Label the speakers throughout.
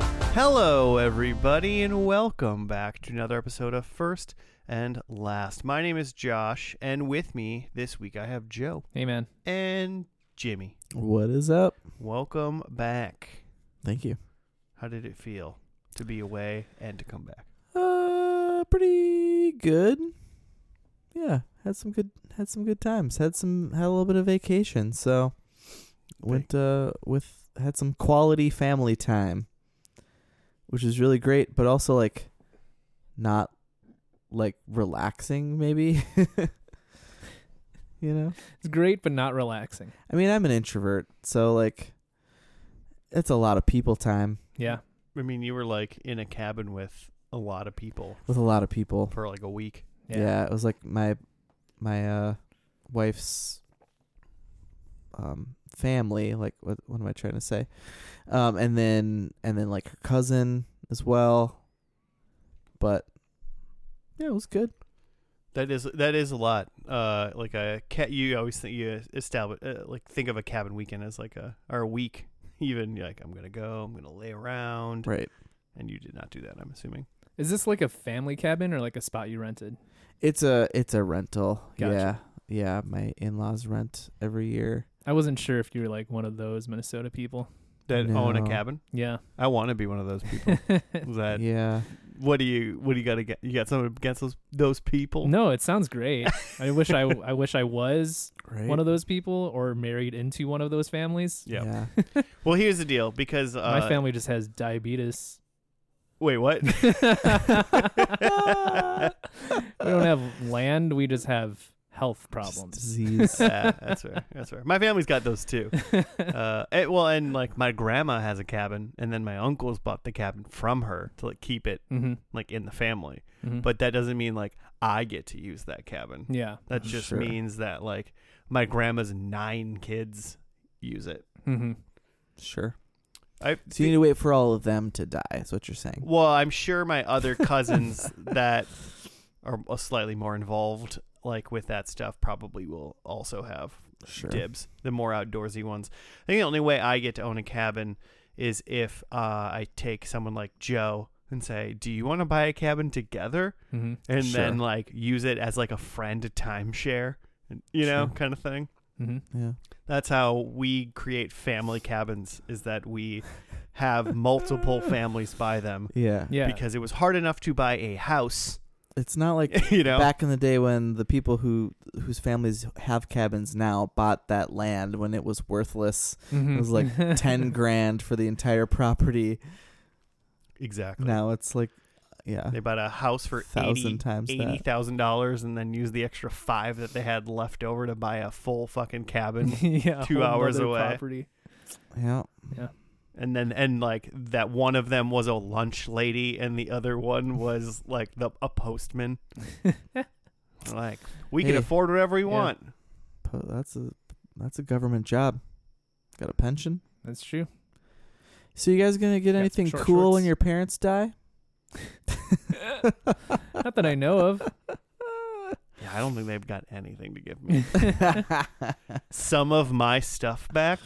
Speaker 1: Hello, everybody, and welcome back to another episode of First and Last. My name is Josh, and with me this week I have Joe
Speaker 2: Hey man.
Speaker 1: and Jimmy.
Speaker 3: What is up?
Speaker 1: Welcome back.
Speaker 3: Thank you.
Speaker 1: How did it feel to be away and to come back?
Speaker 3: Uh, pretty good. Yeah, had some good had some good times. Had some had a little bit of vacation. So went uh with had some quality family time, which is really great. But also like not like relaxing, maybe. you know.
Speaker 2: It's great but not relaxing.
Speaker 3: I mean, I'm an introvert, so like it's a lot of people time
Speaker 2: Yeah.
Speaker 1: I mean, you were like in a cabin with a lot of people
Speaker 3: with a lot of people.
Speaker 1: for like a week.
Speaker 3: Yeah. it was like my my uh wife's um family, like what what am I trying to say? Um and then and then like her cousin as well. But yeah, it was good.
Speaker 1: That is that is a lot. Uh, like a cat. You always think you establish uh, like think of a cabin weekend as like a or a week even. You're like I'm gonna go. I'm gonna lay around.
Speaker 3: Right.
Speaker 1: And you did not do that. I'm assuming.
Speaker 2: Is this like a family cabin or like a spot you rented?
Speaker 3: It's a it's a rental.
Speaker 2: Gotcha.
Speaker 3: Yeah. Yeah, my in-laws rent every year.
Speaker 2: I wasn't sure if you were like one of those Minnesota people.
Speaker 1: That own a
Speaker 3: No.
Speaker 1: cabin.
Speaker 2: Yeah.
Speaker 1: I want to be one of those people. that
Speaker 3: yeah.
Speaker 1: what do you what do you got to get? You got something against those those people?
Speaker 2: no, it sounds great. I wish I I wish I was
Speaker 3: Right.
Speaker 2: one of those people or married into one of those families.
Speaker 1: Yeah.
Speaker 3: Yeah.
Speaker 1: Well, here's the deal. Because uh,
Speaker 2: My family just has diabetes.
Speaker 1: Wait, what?
Speaker 2: we don't have land, we just have health
Speaker 3: Just
Speaker 2: problems.
Speaker 3: disease.
Speaker 1: yeah, that's fair. That's fair. My family's got those too. Uh, it- well, and like my grandma has a cabin, and then my uncles bought the cabin from her to like keep it
Speaker 2: mm-hmm.
Speaker 1: like in the family.
Speaker 3: Mm.
Speaker 2: hmm
Speaker 1: But that doesn't mean like I get to use that cabin.
Speaker 2: yeah.
Speaker 1: That just
Speaker 3: Sure.
Speaker 1: means that like my grandma's nine kids use it.
Speaker 2: Mm-hmm.
Speaker 3: sure.
Speaker 1: I
Speaker 3: So you need to wait for all of them to die, is what you're saying.
Speaker 1: well, I'm sure my other cousins that are uh, slightly more involved like with that stuff probably will also have
Speaker 3: Sure.
Speaker 1: dibs, the more outdoorsy ones. I think the only way I get to own a cabin is if uh, I take someone like Joe and say, "Do you want to buy a cabin together?"
Speaker 2: Mm-hmm.
Speaker 1: and then
Speaker 3: Sure.
Speaker 1: like use it as like a friend timeshare, and- you know,
Speaker 3: Sure.
Speaker 1: kind of thing.
Speaker 2: Mm-hmm.
Speaker 3: Yeah.
Speaker 1: That's how we create family cabins is that we have multiple families buy them
Speaker 3: Yeah.
Speaker 2: Yeah.
Speaker 1: because it was hard enough to buy a house,
Speaker 3: It's not like
Speaker 1: you know.
Speaker 3: back in the day when the people who whose families have cabins now bought that land when it was worthless.
Speaker 2: Mhm.
Speaker 3: It was like 10 grand for the entire property.
Speaker 1: exactly.
Speaker 3: Now it's like uh, yeah,
Speaker 1: They bought a house for 80
Speaker 3: thousand times
Speaker 1: eighty
Speaker 3: that.
Speaker 1: thousand dollars and then use the extra five that they had left over to buy a full fucking cabin
Speaker 2: yeah,
Speaker 1: two
Speaker 2: whole
Speaker 1: hours
Speaker 2: nother
Speaker 1: away.
Speaker 2: Property.
Speaker 3: Yeah.
Speaker 1: and then and like that one of them was a lunch lady and the other one was like the a postman like we can
Speaker 3: Hey.
Speaker 1: afford whatever we
Speaker 2: Yeah.
Speaker 1: want
Speaker 3: Po- That's a that's a government job. Got a pension.
Speaker 2: That's true.
Speaker 3: So you guys going to get
Speaker 2: Got
Speaker 3: anything
Speaker 2: short
Speaker 3: cool when
Speaker 2: shorts.
Speaker 3: your parents die?
Speaker 2: Not that I know of.
Speaker 1: yeah i don't think they've got anything to give me some of my stuff back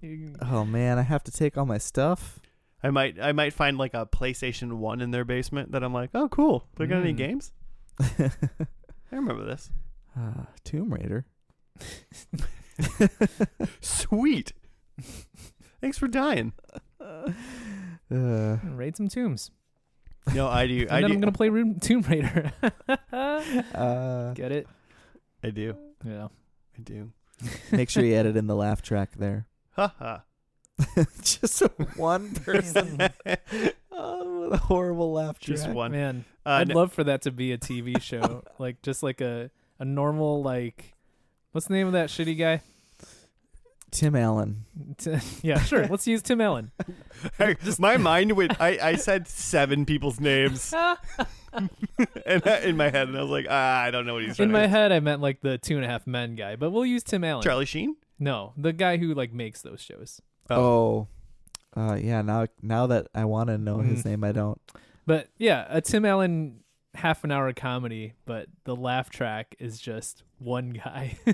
Speaker 2: You-
Speaker 3: oh man, I have to take all my stuff.
Speaker 1: i might i might find like a playstation 1 in their basement that i'm like oh cool they got any
Speaker 2: Mm.
Speaker 1: games i remember this
Speaker 3: Ah, Tomb Raider.
Speaker 1: sweet thanks for dying
Speaker 3: Uh,
Speaker 2: Raid some tombs.
Speaker 1: no i do
Speaker 2: And
Speaker 1: i
Speaker 2: then
Speaker 1: do
Speaker 2: I'm going to play Room- Tomb Raider.
Speaker 3: uh,
Speaker 2: Get it?
Speaker 1: i do
Speaker 2: Yeah.
Speaker 1: i do
Speaker 3: make sure you edit in the laugh track there.
Speaker 1: ha ha
Speaker 3: Just one person. oh, what a horrible laugh track.
Speaker 1: just one
Speaker 2: Man,
Speaker 1: uh,
Speaker 2: I'd
Speaker 1: no-
Speaker 2: love for that to be a TV show. like, just like a, a normal, like, what's the name of that shitty guy?
Speaker 3: Tim Allen.
Speaker 2: T- yeah, sure. Let's use Tim Allen.
Speaker 1: I- my mind went. I, I said seven people's names,
Speaker 2: Ah,
Speaker 1: and I, in my head, and I was like, ah, I don't know what he's.
Speaker 2: In
Speaker 1: trying
Speaker 2: my
Speaker 1: to
Speaker 2: head, I meant like the two and a half men guy, but we'll use Tim Allen.
Speaker 1: Charlie Sheen.
Speaker 2: No, the guy who like makes those shows.
Speaker 3: Oh. Uh, yeah, now now that I want to know
Speaker 2: Mm.
Speaker 3: his name, I don't.
Speaker 2: But yeah, a Tim Allen half an hour comedy, but the laugh track is just one guy.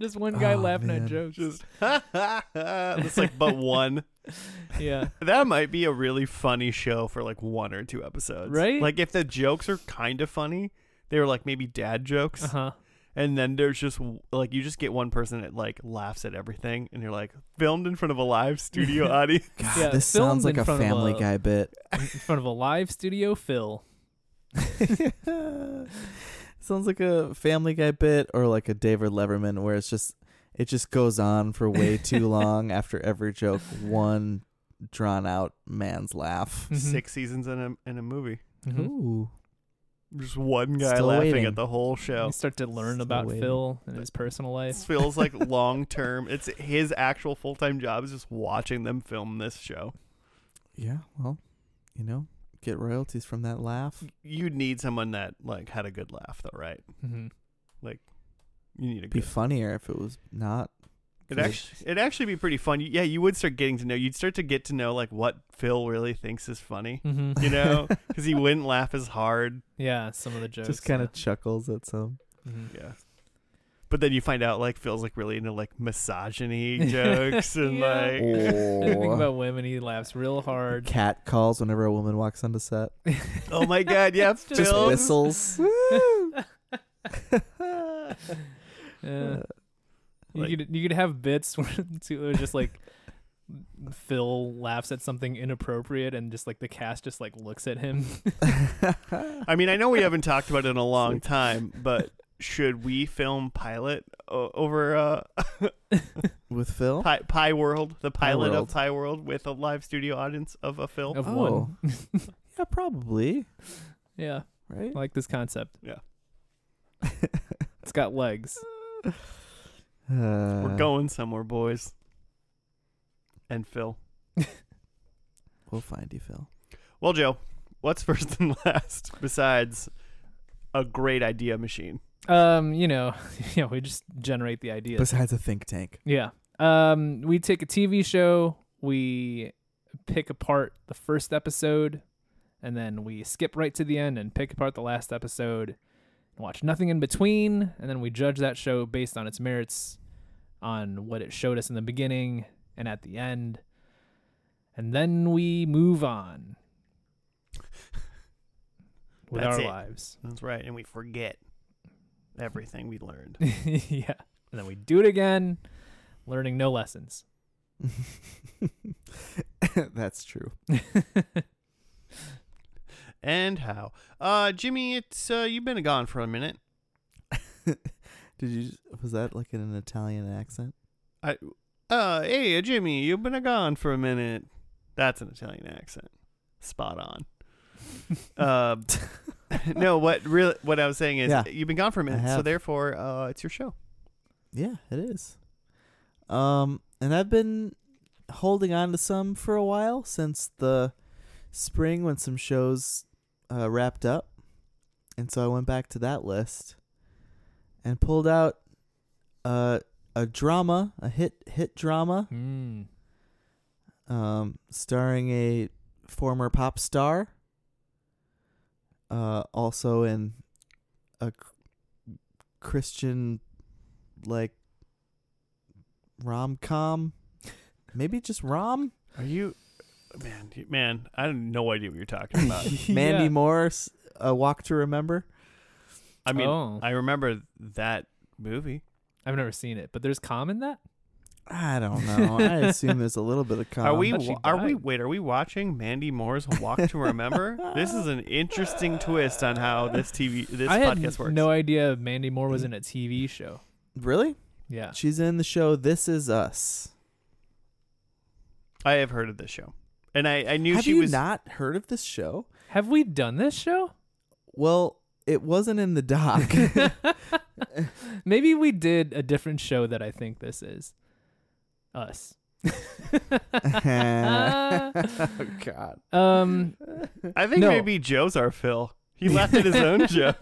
Speaker 2: Just one guy
Speaker 3: Oh,
Speaker 2: laughing
Speaker 3: man.
Speaker 2: at jokes.
Speaker 1: Just that's like but one.
Speaker 2: yeah.
Speaker 1: That might be a really funny show for like one or two episodes.
Speaker 2: Right?
Speaker 1: Like if the jokes are kind of funny, they were like maybe dad jokes.
Speaker 2: Uh huh.
Speaker 1: And then there's just like you just get one person that like laughs at everything and you're like filmed in front of a live studio
Speaker 3: Mm-hmm.
Speaker 1: audience.
Speaker 3: God,
Speaker 2: Yeah,
Speaker 3: this
Speaker 2: filmed
Speaker 3: sounds like
Speaker 2: in
Speaker 3: a
Speaker 2: front of
Speaker 3: Family
Speaker 2: a-
Speaker 3: Guy bit.
Speaker 2: In front of a live studio, Phil.
Speaker 3: sounds like a Family Guy bit or like a David Leverman where it's just it just goes on for way too long after every joke. One drawn out man's laugh.
Speaker 2: Mhm.
Speaker 1: Six Mm-hmm. seasons in a in a movie.
Speaker 2: Mhm.
Speaker 3: Ooh,
Speaker 1: Just one guy
Speaker 3: Still
Speaker 1: laughing
Speaker 3: waiting.
Speaker 1: at the whole show.
Speaker 2: You start to learn
Speaker 3: Still
Speaker 2: about
Speaker 3: waiting.
Speaker 2: Phil and his personal
Speaker 1: This
Speaker 2: life.
Speaker 1: feels like long term. It's his actual full time job is just watching them film this show.
Speaker 3: yeah. Well, you know, get royalties from that laugh.
Speaker 1: You need someone that like had a good laugh though, right?
Speaker 2: hmm
Speaker 1: You need a
Speaker 3: Be
Speaker 1: good.
Speaker 3: funnier if it was not.
Speaker 1: It
Speaker 3: good.
Speaker 1: actually it'd actually be pretty fun. Yeah, you would start getting to know. You'd start to get to know like what Phil really thinks is funny.
Speaker 2: hmm
Speaker 1: You know, because he wouldn't laugh as hard.
Speaker 2: Yeah, some of the jokes.
Speaker 3: just kind of chuckles at some.
Speaker 2: Mhm.
Speaker 1: Yeah. But then you find out like Phil's like really into like misogyny jokes and
Speaker 2: Yeah.
Speaker 1: like
Speaker 2: Anything
Speaker 3: Oh.
Speaker 2: about women, he laughs real hard.
Speaker 3: Cat calls whenever a woman walks onto set.
Speaker 1: oh my god, yeah,
Speaker 2: Just
Speaker 3: Just
Speaker 1: Phil.
Speaker 3: whistles.
Speaker 2: Yeah. You
Speaker 1: Like-
Speaker 2: could you could have bits where it's either just like Phil laughs at something inappropriate and just like the cast just like looks at him.
Speaker 1: I mean, I know we haven't talked about it in a long
Speaker 3: like-
Speaker 1: time, but should we film pilot o- over uh,
Speaker 3: With Phil?
Speaker 1: Pi, Pi World, the pilot
Speaker 3: World.
Speaker 1: of Pi World, with a live studio audience of a film?
Speaker 2: Of
Speaker 3: Oh.
Speaker 2: one.
Speaker 3: Yeah, probably.
Speaker 2: yeah.
Speaker 3: Right?
Speaker 2: I like this concept.
Speaker 1: Yeah.
Speaker 2: It's got legs.
Speaker 3: Uh,
Speaker 1: We're going somewhere, boys. And Phil.
Speaker 3: We'll find you, Phil.
Speaker 1: Well, Joe, what's first and last besides a great idea machine?
Speaker 2: Um, you know, you know, we just generate the ideas.
Speaker 3: Besides a think tank.
Speaker 2: Yeah. Um, we take a TV show, we pick apart the first episode, and then we skip right to the end and pick apart the last episode, and watch nothing in between, and then we judge that show based on its merits, on what it showed us in the beginning and at the end, and then we move on with
Speaker 1: That's
Speaker 2: our
Speaker 1: it.
Speaker 2: lives.
Speaker 1: That's right, and we forget everything we learned.
Speaker 2: yeah. And then we do it again, learning no lessons.
Speaker 3: That's true.
Speaker 1: And how? Uh, Jimmy, it's uh, you've been gone for a minute.
Speaker 3: Did you was that like in an Italian accent?
Speaker 1: Uh, hey, Jimmy, you've been gone for a minute. That's an Italian accent. Spot on. Uh, no, what really what I was saying is
Speaker 3: Yeah.
Speaker 1: you've been gone for a minute, so
Speaker 3: have.
Speaker 1: therefore, uh, it's your show.
Speaker 3: Yeah, it is. Um and I've been holding on to some for a while since the spring when some shows uh, wrapped up. And so I went back to that list and pulled out uh, a drama, a hit hit drama
Speaker 1: Hmm.
Speaker 2: Mm.
Speaker 3: um, starring a former pop star. Uh, also in a c- Christian, like rom com, maybe just rom.
Speaker 1: Are you, man, you- man? I have no idea what you're talking about.
Speaker 3: Mandy
Speaker 2: Yeah.
Speaker 3: Morris, A Walk to Remember.
Speaker 1: I mean,
Speaker 2: Oh.
Speaker 1: I remember that movie.
Speaker 2: I've never seen it, but there's calm in that.
Speaker 3: I don't know. I assume there's a little bit of com.
Speaker 1: are we?
Speaker 2: but she
Speaker 1: wa- Are we?
Speaker 2: died.
Speaker 1: Wait, are we watching Mandy Moore's Walk to Remember? this is an interesting twist on how this TV, this
Speaker 2: I had
Speaker 1: podcast works.
Speaker 2: no idea Mandy Moore was in a TV show.
Speaker 3: really?
Speaker 2: Yeah.
Speaker 3: She's in the show This Is Us.
Speaker 1: I have heard of this show, and I, I knew
Speaker 3: Have
Speaker 1: she
Speaker 3: you
Speaker 1: was
Speaker 3: not heard of this show?
Speaker 2: Have we done this show?
Speaker 3: Well, it wasn't in the doc.
Speaker 2: Maybe we did a different show that I think this is. Us.
Speaker 1: Uh.
Speaker 3: oh God.
Speaker 2: um
Speaker 1: I think
Speaker 2: No.
Speaker 1: maybe Joe's our Phil. He laughed at his own joke.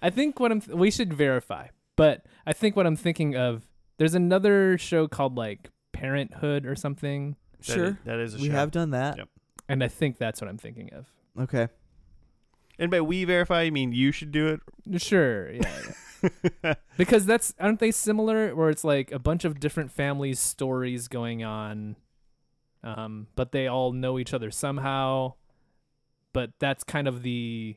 Speaker 2: I think what I'm th- we should verify, but I think what I'm thinking of there's another show called like Parenthood or something,
Speaker 1: That
Speaker 3: Sure.
Speaker 1: is- that is a
Speaker 3: we
Speaker 1: show.
Speaker 3: have done that.
Speaker 1: Yep.
Speaker 2: and I think that's what I'm thinking of.
Speaker 3: Okay.
Speaker 1: and by we verify, I mean you should do it.
Speaker 2: Sure, yeah. because that's aren't they similar where it's like a bunch of different families stories going on um but they all know each other somehow but that's kind of the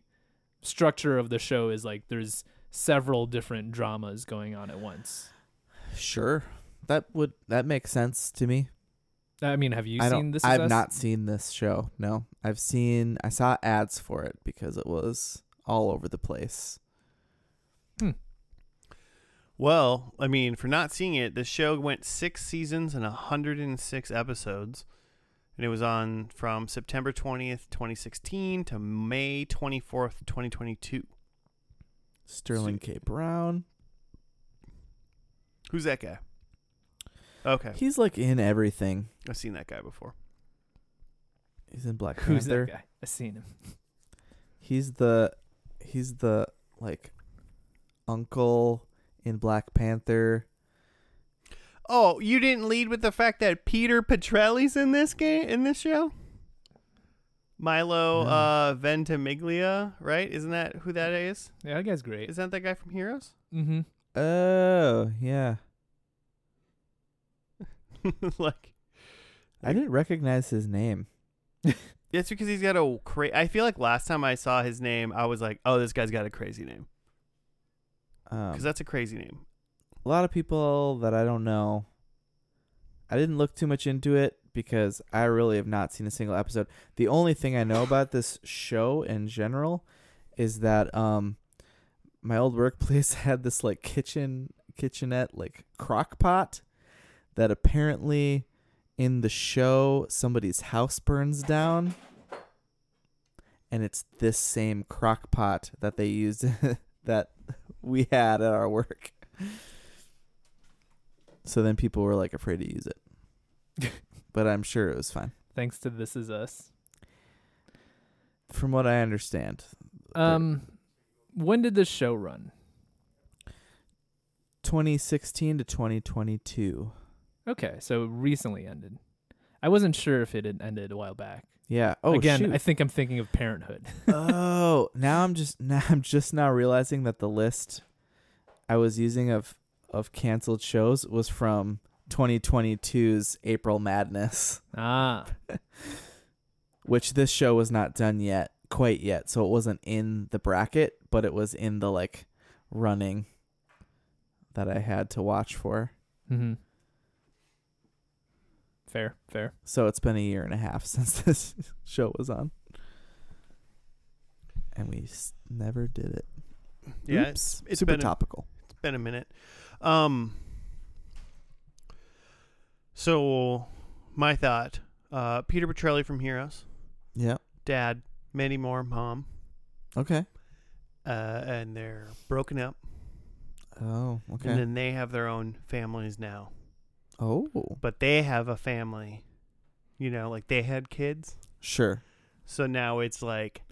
Speaker 2: structure of the show is like there's several different dramas going on at once
Speaker 3: Sure. That would that makes sense to me.
Speaker 2: i mean have you
Speaker 3: I
Speaker 2: seen
Speaker 3: don't
Speaker 2: this Is
Speaker 3: I've
Speaker 2: Us?
Speaker 3: not seen this show. No. I've seen I saw ads for it because it was all over the place.
Speaker 1: Well, I mean, for not seeing it, the show went six seasons and 106 episodes. And it was on from September 20th, 2016 to May 24th, 2022.
Speaker 3: Sterling K. Brown.
Speaker 1: Who's that guy? Okay.
Speaker 3: He's like in everything.
Speaker 1: I've seen that guy before.
Speaker 3: He's in Black
Speaker 2: who's
Speaker 3: Panther.
Speaker 2: that guy i've seen him
Speaker 3: He's the he's the like uncle in Black Panther.
Speaker 1: Oh, you didn't lead with the fact that Peter Petrelli's in this game in this show? Milo
Speaker 3: No.
Speaker 1: uh Ventimiglia, right? Isn't that who that is?
Speaker 2: yeah that guy's great
Speaker 1: Isn't that the guy from Heroes?
Speaker 2: mm-hmm
Speaker 3: Oh, yeah.
Speaker 1: like
Speaker 3: I didn't recognize his name.
Speaker 1: That's because he's got a cra I feel like last time I saw his name, I was like, "Oh, this guy's got a crazy name,"
Speaker 3: Um,
Speaker 1: because that's a crazy name.
Speaker 3: a lot of people that I don't know. I didn't look too much into it because I really have not seen a single episode. The only thing I know about this show in general is that um my old workplace had this like kitchen kitchenette like crock pot that apparently in the show somebody's house burns down and it's this same crock pot that they used that we had at our work. So then people were like afraid to use it. but I'm sure it was fine.
Speaker 2: thanks to this is us
Speaker 3: From what I understand,
Speaker 2: um when did this show run
Speaker 3: 2016 to 2022.
Speaker 2: okay so it recently ended i wasn't sure if it had ended a while back
Speaker 3: Yeah. Oh,
Speaker 2: Again,
Speaker 3: shoot.
Speaker 2: I think I'm thinking of Parenthood.
Speaker 3: oh, now I'm just now I'm just now realizing that the list I was using of of canceled shows was from 2022's April Madness,
Speaker 2: ah,
Speaker 3: which this show was not done yet, quite yet. So it wasn't in the bracket, but it was in the like running that I had to watch for.
Speaker 2: hmm fair, fair.
Speaker 3: So it's been a year and a half since this show was on. And we s- never did it.
Speaker 1: Yeah,
Speaker 3: Oops.
Speaker 1: it's
Speaker 3: Super
Speaker 1: been a-
Speaker 3: topical.
Speaker 1: It's been a minute. Um. So, my thought: uh, Peter Petrelli from Heroes,
Speaker 3: yeah.
Speaker 1: Dad, Mandy Moore, Mom,
Speaker 3: Okay.
Speaker 1: uh, and they're broken up,
Speaker 3: Oh, okay.
Speaker 1: and then they have their own families now.
Speaker 3: oh,
Speaker 1: But they have a family, you know, like they had kids.
Speaker 3: sure.
Speaker 1: So now it's like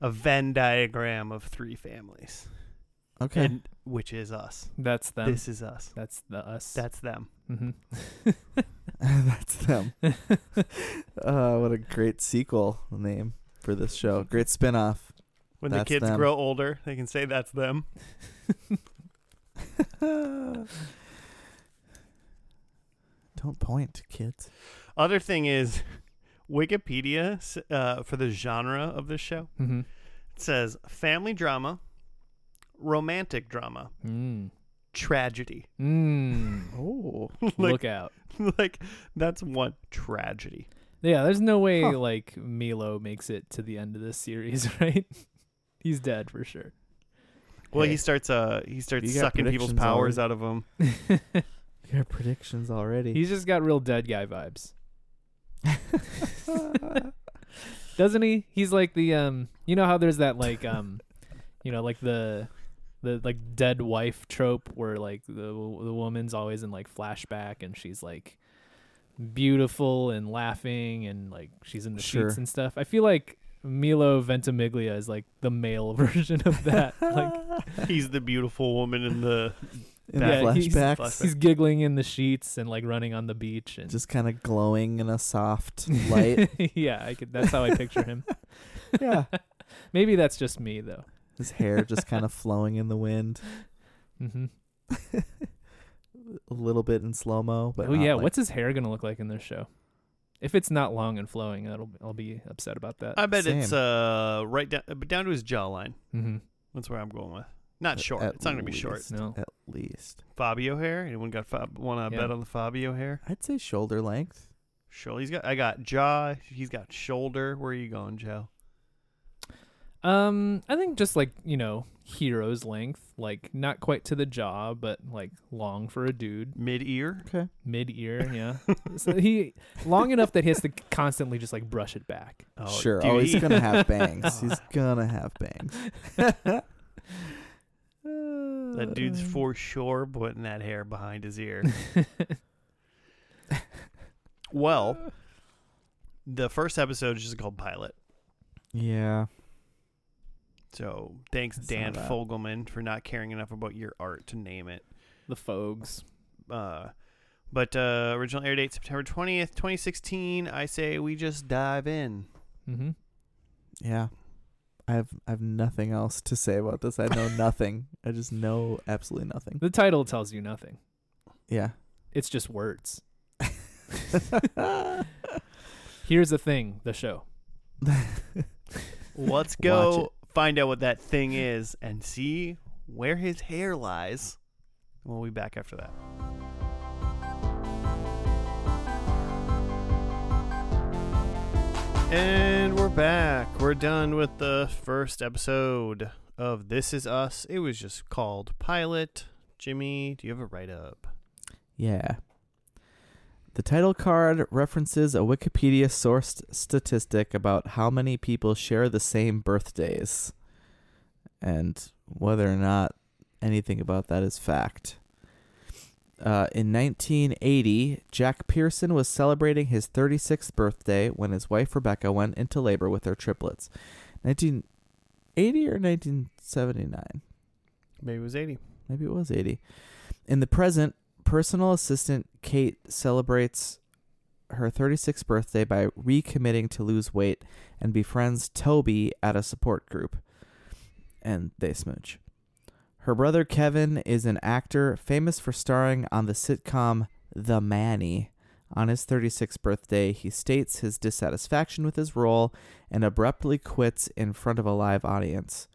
Speaker 1: a Venn diagram of three families.
Speaker 3: Okay.
Speaker 1: and which is us.
Speaker 2: That's them.
Speaker 1: This is us.
Speaker 2: That's the us.
Speaker 1: That's them.
Speaker 2: hmm
Speaker 3: That's them. uh, what a great sequel name for this show. Great spinoff.
Speaker 1: When
Speaker 3: That's
Speaker 1: the kids
Speaker 3: them.
Speaker 1: grow older, they can say that's them.
Speaker 3: Don't point, kids.
Speaker 1: Other thing is, Wikipedia s- uh, for the genre of this show
Speaker 2: hmm
Speaker 1: it says family drama, romantic drama,
Speaker 2: Mm.
Speaker 1: tragedy.
Speaker 2: Mm.
Speaker 3: Oh.
Speaker 1: like,
Speaker 2: Look out.
Speaker 1: like that's one tragedy.
Speaker 2: Yeah, there's no way
Speaker 3: Huh.
Speaker 2: like Milo makes it to the end of this series, right? He's dead for sure.
Speaker 1: Well,
Speaker 3: Hey.
Speaker 1: he starts uh he starts
Speaker 3: You got
Speaker 1: sucking people's
Speaker 3: predictions
Speaker 1: powers out of them.
Speaker 3: Your predictions already.
Speaker 2: He's just got real dead guy vibes. Doesn't he? He's like the um you know how there's that like um you know like the the like dead wife trope where like the the woman's always in like flashback and she's like beautiful and laughing and like she's in the
Speaker 3: Sure.
Speaker 2: sheets and stuff. I feel like Milo Ventimiglia is like the male version of that. like
Speaker 1: He's the beautiful woman in the
Speaker 3: in
Speaker 2: Yeah,
Speaker 3: the
Speaker 2: he's-
Speaker 3: flashbacks,
Speaker 2: he's giggling in the sheets and like running on the beach and
Speaker 3: just kind of glowing in a soft light.
Speaker 2: yeah, I could, that's how I picture him.
Speaker 3: yeah.
Speaker 2: Maybe that's just me though.
Speaker 3: His hair just kind of flowing in the wind.
Speaker 2: Mm-hmm.
Speaker 3: a little bit in slow mo. But
Speaker 2: Oh
Speaker 3: not
Speaker 2: yeah,
Speaker 3: like-
Speaker 2: what's his hair gonna look like in this show? If it's not long and flowing, that'll I'll be upset about that.
Speaker 1: I bet it's
Speaker 3: Same.
Speaker 1: uh right down but down to his jawline.
Speaker 2: mm-hmm.
Speaker 1: That's where I'm going with. Not
Speaker 3: At-
Speaker 1: short.
Speaker 3: at
Speaker 1: it's not gonna be short.
Speaker 3: least,
Speaker 2: No.
Speaker 3: at least?
Speaker 1: Fabio hair. Anyone got Fab- want to
Speaker 2: Yeah.
Speaker 1: bet on the Fabio hair?
Speaker 3: I'd say shoulder length.
Speaker 1: Sure. He's got. I got jaw. He's got shoulder. Where are you going, Joe?
Speaker 2: Um, I think just like you know, hero's length, like not quite to the jaw, but like long for a dude,
Speaker 1: Mid ear.
Speaker 3: Okay.
Speaker 2: mid ear. Yeah, so he long enough that he has to constantly just like brush it back.
Speaker 1: Oh,
Speaker 3: sure.
Speaker 1: dude,
Speaker 3: oh, he's
Speaker 1: he-
Speaker 3: gonna have bangs. he's gonna have bangs.
Speaker 1: That
Speaker 3: that
Speaker 1: dude's
Speaker 2: Uh.
Speaker 1: for sure putting that hair behind his ear. well, the first episode is just called pilot.
Speaker 3: Yeah.
Speaker 1: So thanks,
Speaker 3: I saw
Speaker 1: Dan
Speaker 3: that.
Speaker 1: Fogelman, for not caring enough about your art to name it.
Speaker 2: The Fogs.
Speaker 1: Uh, but uh, original air date September twentieth, twenty sixteen. I say we just dive in.
Speaker 2: Mm-hmm.
Speaker 3: Yeah. I have I have nothing else to say about this. I know nothing. I just know absolutely nothing.
Speaker 2: The title tells you nothing.
Speaker 3: Yeah.
Speaker 2: It's just words. Here's the thing: the show.
Speaker 1: Let's
Speaker 3: Watch
Speaker 1: go find out what that thing is and see where his hair lies. We'll be back after that. And we're back. We're done with the first episode of This Is Us. It was just called Pilot. Jimmy, do you have a write up?
Speaker 3: Yeah. The title card references a Wikipedia sourced statistic about how many people share the same birthdays and whether or not anything about that is fact. Uh, in 1980, Jack Pearson was celebrating his 36th birthday when his wife Rebecca went into labor with their triplets. 1980 or 1979?
Speaker 1: Maybe it was 80.
Speaker 3: Maybe it was 80. In the present, personal assistant Kate celebrates her 36th birthday by recommitting to lose weight and befriends Toby at a support group. And they smooch. Her brother Kevin is an actor famous for starring on the sitcom The Manny. On his 36th birthday, he states his dissatisfaction with his role and abruptly quits in front of a live audience.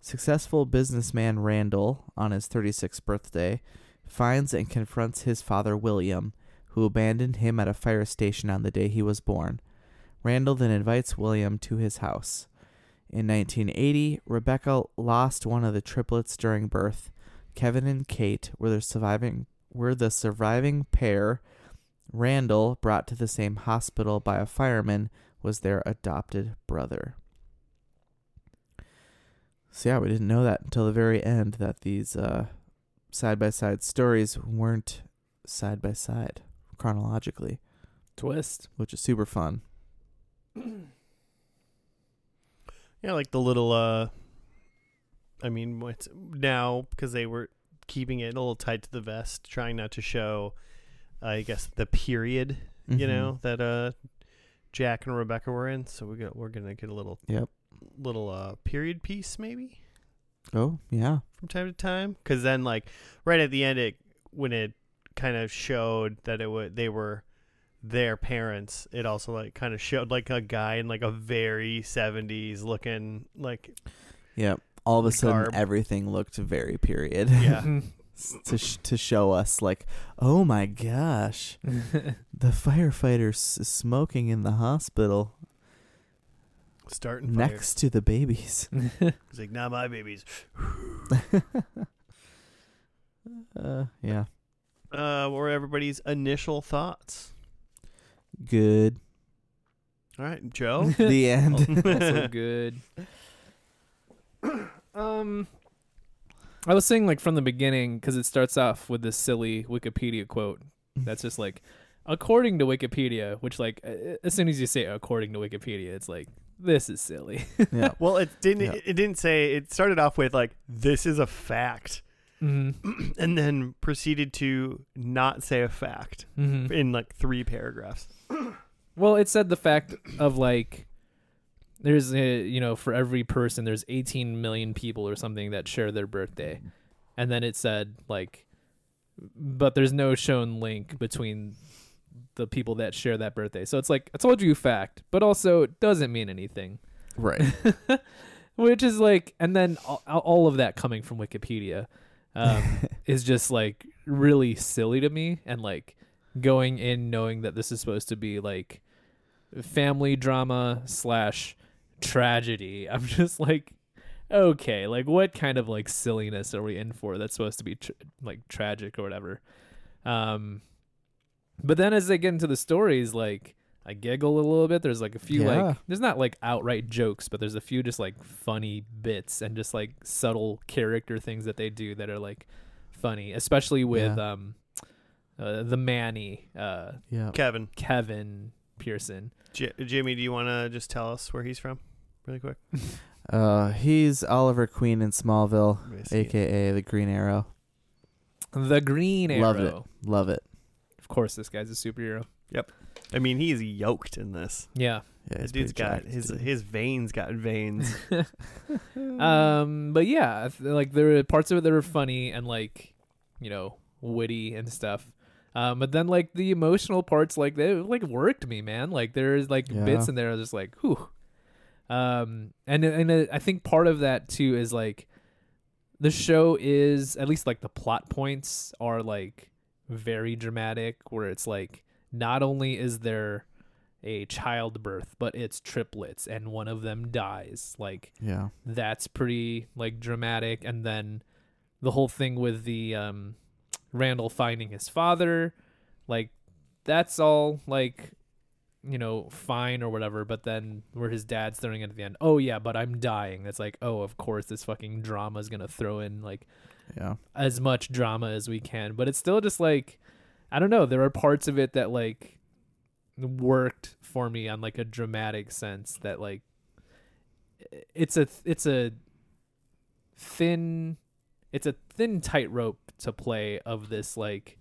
Speaker 3: Successful businessman Randall, on his 36th birthday, finds and confronts his father William, who abandoned him at a fire station on the day he was born. Randall then invites William to his house. In 1980, Rebecca lost one of the triplets during birth. Kevin and Kate were the surviving were the surviving pair. Randall, brought to the same hospital by a fireman, was their adopted brother. So yeah, we didn't know that until the very end that these uh side by side stories weren't side by side chronologically,
Speaker 2: Twist.
Speaker 3: which is super fun.
Speaker 1: Yeah, like the little uh I mean, what's now because they were keeping it a little tight to the vest, trying not to show I guess the period, you
Speaker 3: Mhm.
Speaker 1: know, that uh Jack and Rebecca were in, so we got we're going to get a little
Speaker 3: Yep.
Speaker 1: little uh period piece maybe
Speaker 3: Oh yeah.
Speaker 1: from time to time cuz then like right at the end it when it kind of showed that it wa they were their parents it also like kind of showed like a guy in like a very 70s looking like
Speaker 3: Yep. All of a sudden,
Speaker 1: Garb.
Speaker 3: everything looked very period
Speaker 1: yeah
Speaker 2: Yeah.
Speaker 3: to sh- to show us like, oh my gosh, the firefighter s- smoking in the hospital
Speaker 1: starting fire.
Speaker 3: next to the babies.
Speaker 1: He's like, not my babies.
Speaker 3: uh, yeah,
Speaker 1: Uh, what were everybody's initial thoughts?
Speaker 3: good.
Speaker 1: All right, Joe.
Speaker 3: The end.
Speaker 2: also good. Um, I was saying like from the beginning because it starts off with this silly Wikipedia quote that's just like, according to Wikipedia, which like a- as soon as you say according to Wikipedia, it's like this is silly.
Speaker 3: yeah.
Speaker 1: well, it didn't.
Speaker 3: Yeah.
Speaker 1: It didn't say. It started off with like, "This is a fact," and then proceeded to not say a fact
Speaker 2: Mhm.
Speaker 1: in like three paragraphs.
Speaker 2: Well, it said the fact of like there's a, you know for every person there's 18 million people or something that share their birthday, and then it said like, but there's no shown link between the people that share that birthday. So it's like I told you fact, but also it doesn't mean anything.
Speaker 3: Right.
Speaker 2: Which is like, and then all, all of that coming from Wikipedia um, is just like really silly to me. And like going in knowing that this is supposed to be like family drama slash tragedy, I'm just like, okay, like what kind of like silliness are we in for that's supposed to be tr- like tragic or whatever? Um, but then as they get into the stories, like I giggle a little bit. There's like a few
Speaker 3: Yeah.
Speaker 2: like there's not like outright jokes, but there's a few just like funny bits and just like subtle character things that they do that are like funny, especially with um uh, the Manny uh
Speaker 3: yeah.
Speaker 1: Kevin,
Speaker 2: Kevin Pearson.
Speaker 1: J- Jimmy, do you want to just tell us where he's from, really quick?
Speaker 3: Uh, he's Oliver Queen in Smallville, aka the Green Arrow.
Speaker 2: The Green Arrow.
Speaker 3: Loved it. Love it.
Speaker 2: Of course this guy's a superhero.
Speaker 1: I mean, he's yoked in this.
Speaker 2: Yeah.
Speaker 3: Yeah,
Speaker 1: This
Speaker 3: he's
Speaker 1: dude's
Speaker 3: pretty
Speaker 1: got
Speaker 3: jacked,
Speaker 1: his uh,
Speaker 3: dude.
Speaker 1: his uh, veins got veins.
Speaker 3: Mm.
Speaker 2: Um, but yeah, I th- like there were parts of it that were funny and like, you know, witty and stuff. Um, but then like the emotional parts, like they like worked me, man. Like there's like
Speaker 3: Yeah.
Speaker 2: bits in there, I was just like, whew. Um, and and uh, I think part of that too is like, the show is at least like the plot points are like very dramatic, where it's like not only is there a childbirth, but it's triplets, and one of them dies. Like
Speaker 3: yeah.
Speaker 2: that's pretty like dramatic and then the whole thing with the um Randall finding his father like that's all like you know fine or whatever but then where his dad's throwing it at the end oh yeah but i'm dying that's like oh of course this fucking drama is gonna throw in like
Speaker 3: Yeah.
Speaker 2: as much drama as we can but it's still just like i don't know there are parts of it that like worked for me on like a dramatic sense that like it's a it's a thin it's a thin tightrope to play of this like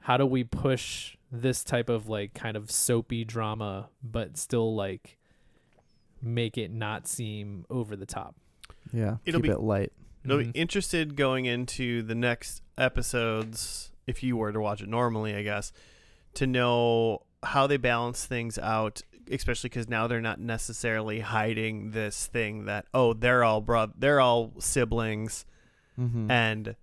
Speaker 2: how do we push this type of like kind of soapy drama but still like make it not seem over the top
Speaker 3: Yeah.
Speaker 1: It'll
Speaker 3: Keep
Speaker 1: be-
Speaker 3: it light.
Speaker 1: It'll
Speaker 3: Mm-hmm.
Speaker 2: Mhm.
Speaker 1: be interested going into the next episodes if you were to watch it normally, I guess, to know how they balance things out, especially because now they're not necessarily hiding this thing that oh they're all bro they're all siblings
Speaker 3: Mm-hmm.
Speaker 1: and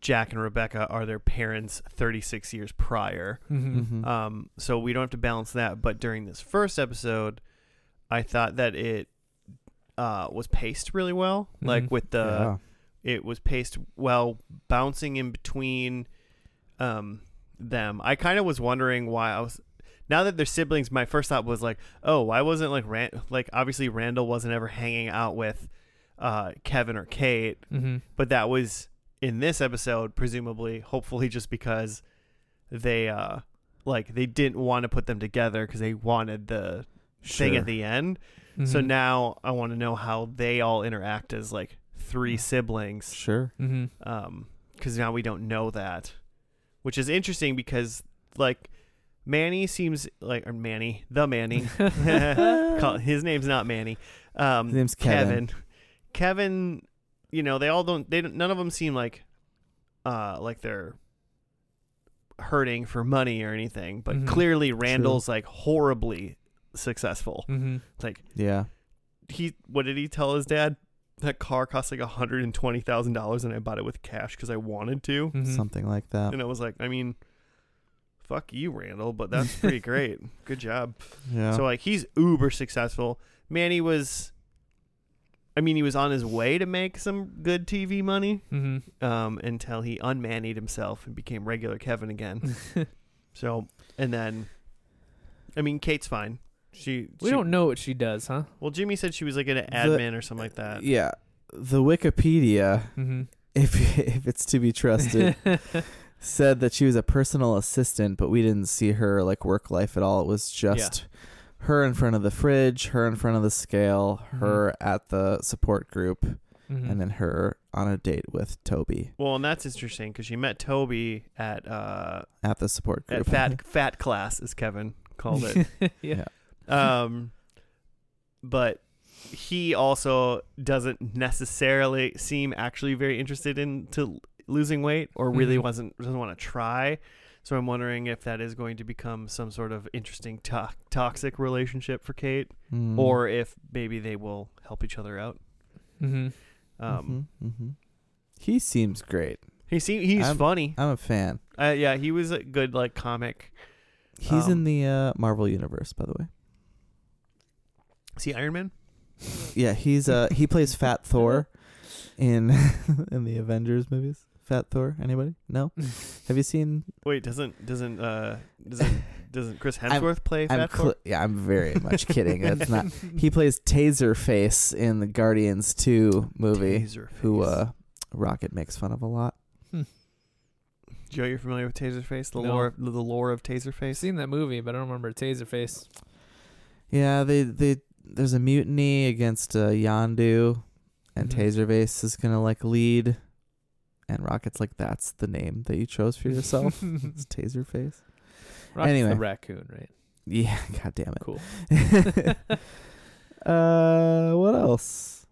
Speaker 1: Jack and Rebecca are their parents 36 years prior.
Speaker 2: Mhm.
Speaker 3: hmm
Speaker 1: Um, so we don't have to balance that. But during this first episode, I thought that it uh, was paced really well.
Speaker 2: Mhm.
Speaker 1: Like with the
Speaker 3: Mm-hmm. yeah.
Speaker 1: it was paced well, bouncing in between um, them. I kind of was wondering why I was. Now that they're siblings, my first thought was like, oh, why wasn't like Rand like obviously Randall wasn't ever hanging out with uh, Kevin or Kate,
Speaker 2: Mhm.
Speaker 1: but that was in this episode, presumably, hopefully, just because they uh like they didn't want to put them together because they wanted the thing
Speaker 3: Sure.
Speaker 1: at the end. So
Speaker 2: Mhm.
Speaker 1: now I want to know how they all interact as like three siblings
Speaker 3: Sure.
Speaker 2: Mhm.
Speaker 1: um because now we don't know that which is interesting because like manny seems like or manny the manny Call- his name's not manny um
Speaker 3: His name's Kevin.
Speaker 1: kevin Kevin, you know they all don't they don't, none of them seem like uh like they're hurting for money or anything but
Speaker 3: Mm-hmm.
Speaker 2: Mhm.
Speaker 1: clearly randall's like horribly successful
Speaker 2: Mhm.
Speaker 1: like
Speaker 3: Yeah.
Speaker 1: he what did he tell his dad that car cost like $120000 and i bought it with cash because i wanted to
Speaker 2: Mhm.
Speaker 3: Something like that.
Speaker 1: Mm-hmm. and I was like, I mean, fuck you, Randall, but that's pretty great. Good job.
Speaker 3: Yeah.
Speaker 1: So like he's uber successful. Manny was I mean, he was on his way to make some good TV money
Speaker 2: Mhm.
Speaker 1: um, until he unmannied himself and became regular Kevin again. So, and then, I mean, Kate's fine. She,
Speaker 2: we
Speaker 1: she-
Speaker 2: don't know what she does, huh?
Speaker 1: Well, Jimmy said she was like an admin or something like that.
Speaker 3: yeah. The Wikipedia,
Speaker 2: Mm-hmm.
Speaker 3: if if it's to be trusted, said that she was a personal assistant, but we didn't see her like work life at all. It was just her in front of the fridge, her in front of the scale,
Speaker 1: Mm-hmm.
Speaker 3: her at the support group,
Speaker 2: Mm-hmm.
Speaker 3: and then her on a date with Toby
Speaker 1: Well, and that's interesting because she met Toby at uh,
Speaker 3: at the support
Speaker 1: at
Speaker 3: group.
Speaker 1: fat fat class, as Kevin called it.
Speaker 2: yeah.
Speaker 1: Um, but he also doesn't necessarily seem actually very interested in to losing weight or really
Speaker 2: Mhm.
Speaker 3: Mm-hmm.
Speaker 1: wasn't doesn't want to try. So I'm wondering if that is going to become some sort of interesting to- toxic relationship for Kate,
Speaker 3: Mm.
Speaker 1: or if maybe they will help each other out.
Speaker 2: Mm-hmm.
Speaker 1: Um,
Speaker 3: Mhm, mhm. He seems great.
Speaker 1: He see, he's
Speaker 3: I'm-
Speaker 1: funny.
Speaker 3: I'm a fan.
Speaker 1: Uh, yeah, he was a good like comic.
Speaker 3: He's
Speaker 1: Um,
Speaker 3: in the uh, Marvel universe, by the way.
Speaker 1: See Iron Man.
Speaker 3: Yeah, he's uh he plays Fat Thor in in the Avengers movies. Fat Thor, anybody? No. Have you seen?
Speaker 1: Wait, doesn't doesn't uh doesn't doesn't Chris
Speaker 3: I'm-
Speaker 1: Hemsworth play
Speaker 3: I'm
Speaker 1: Fat Thor?
Speaker 3: cl- yeah, I'm very much kidding. That's not. He plays Taserface in the Guardians Two movie,
Speaker 1: Taserface.
Speaker 3: who uh Rocket makes fun of a lot.
Speaker 1: Joe, you're familiar with Taserface? The
Speaker 2: No.
Speaker 1: lore, the lore of
Speaker 2: I've
Speaker 1: Taserface.
Speaker 2: seen that movie, but I don't remember Taserface.
Speaker 3: Yeah, they they there's a mutiny against uh, Yondu, and
Speaker 2: Mhm.
Speaker 3: Taserface is gonna like lead, and Rocket's like that's the name that you chose for yourself. it's Taserface.
Speaker 2: Rocket's
Speaker 3: Anyway.
Speaker 2: the raccoon, right?
Speaker 3: Yeah, god damn it.
Speaker 2: Cool.
Speaker 3: uh, what else?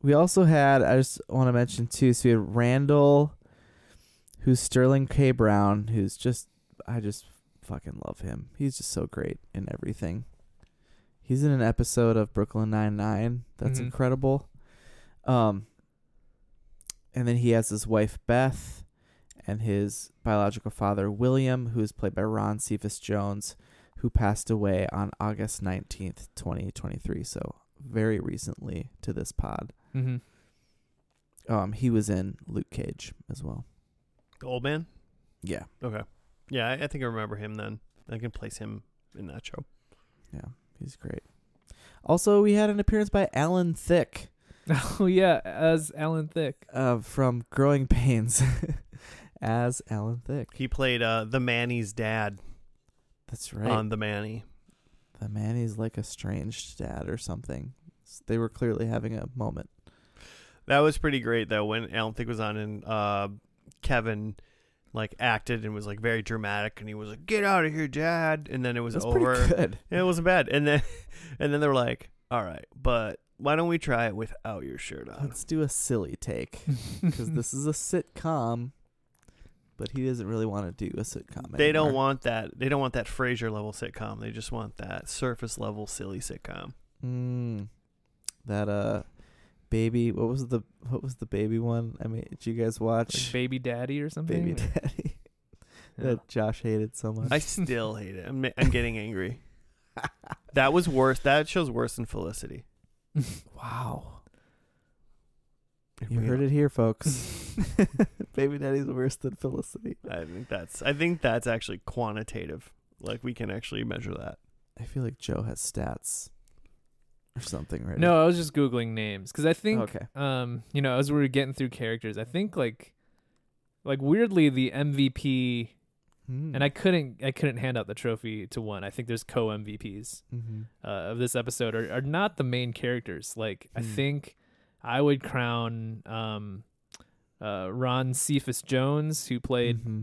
Speaker 3: We also had. I just want to mention too. So we had Randall, who's Sterling K. Brown, who's just. I just fucking love him. He's just so great in everything. He's in an episode of Brooklyn Nine Nine. That's
Speaker 2: Mhm.
Speaker 3: incredible. Um. And then he has his wife Beth, and his biological father William, who is played by Ron Cephas Jones who passed away on August 19th, 2023. So, very recently to this pod.
Speaker 2: Mm-hmm.
Speaker 3: Um, he was in Luke Cage as well.
Speaker 1: the old man.
Speaker 3: Yeah.
Speaker 1: Okay. Yeah, I, I think I remember him then. I can place him in that show.
Speaker 3: Yeah. He's great. Also, we had an appearance by Alan Thicke
Speaker 2: Oh yeah, as Alan Thick.
Speaker 3: uh, from Growing Pains as Alan Thicke.
Speaker 1: He played uh, the Manny's dad
Speaker 3: That's right.
Speaker 1: on The Manny.
Speaker 3: the man is like estranged dad or something. S- They were clearly having a moment.
Speaker 1: That was pretty great though. When Alan Thicke was on and uh, Kevin like acted and was like very dramatic and he was like, "Get out of here, Dad!" And then it was
Speaker 3: That's
Speaker 1: over.
Speaker 3: pretty good.
Speaker 1: Yeah, it wasn't bad. And then and then they were like, "All right, but why don't we try it without your shirt on?"
Speaker 3: Let's do a silly take. because this is a sitcom, but he doesn't really want to do a sitcom.
Speaker 1: They don't
Speaker 3: anymore.
Speaker 1: want that. They don't want that Frasier level sitcom. They just want that surface level silly sitcom.
Speaker 3: mm, that uh baby. What was the what was the baby one? I mean, did you guys
Speaker 2: like
Speaker 3: watch
Speaker 2: baby daddy or something.
Speaker 3: Baby Daddy
Speaker 2: Yeah.
Speaker 3: that Josh hated so much?
Speaker 1: I still hate it. I'm, I'm getting angry. That was worse. That show's worse than Felicity.
Speaker 3: wow, you heard it here, folks. baby Daddy's worse than Felicity.
Speaker 1: I think that's. I think that's actually quantitative. Like we can actually measure that.
Speaker 3: I feel like Joe has stats or something right
Speaker 2: No, I was just googling names because I think
Speaker 3: Okay.
Speaker 2: um you know as we were getting through characters, I think like like weirdly the MVP
Speaker 3: Hmm.
Speaker 2: and I couldn't I couldn't hand out the trophy to one. I think there's co MVPs
Speaker 3: hmm
Speaker 2: uh, of this episode are, are not the main characters. Like I
Speaker 3: Hmm.
Speaker 2: think I would crown um uh Ron Cephas Jones who
Speaker 3: Hmm.
Speaker 2: played
Speaker 3: Mm-hmm.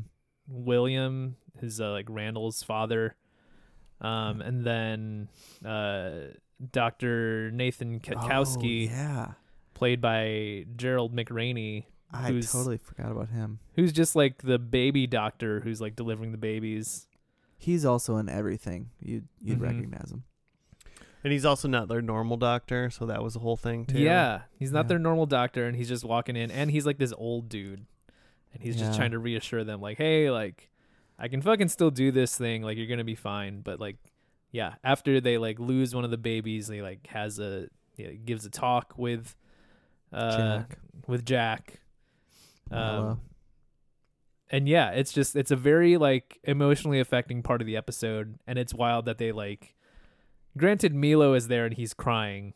Speaker 2: William, his uh, like Randall's father,
Speaker 3: Hmm.
Speaker 2: um, and then uh, Doctor Nathan Katkowski,
Speaker 3: Oh, yeah,
Speaker 2: played by Gerald McRaney,
Speaker 3: I
Speaker 2: who's-
Speaker 3: totally forgot about him.
Speaker 2: who's just like the baby doctor who's like delivering the babies.
Speaker 3: He's also in everything. You'd you'd
Speaker 2: Mhm.
Speaker 3: recognize him.
Speaker 1: And he's also not their normal doctor, so that was the whole thing too.
Speaker 2: Yeah, he's not
Speaker 3: Yeah.
Speaker 2: their normal doctor, and he's just walking in, and he's like this old dude, and he's
Speaker 3: Yeah.
Speaker 2: just trying to reassure them, like, hey, like, I can fucking still do this thing, like, you're gonna be fine, but like, yeah, after they like lose one of the babies, and he like has a yeah, gives a talk with, uh,
Speaker 3: Jack. Oh,
Speaker 2: with Jack,
Speaker 3: Hello.
Speaker 2: um, and yeah, it's just it's a very like emotionally affecting part of the episode, and it's wild that they like. Granted, Milo is there and he's crying,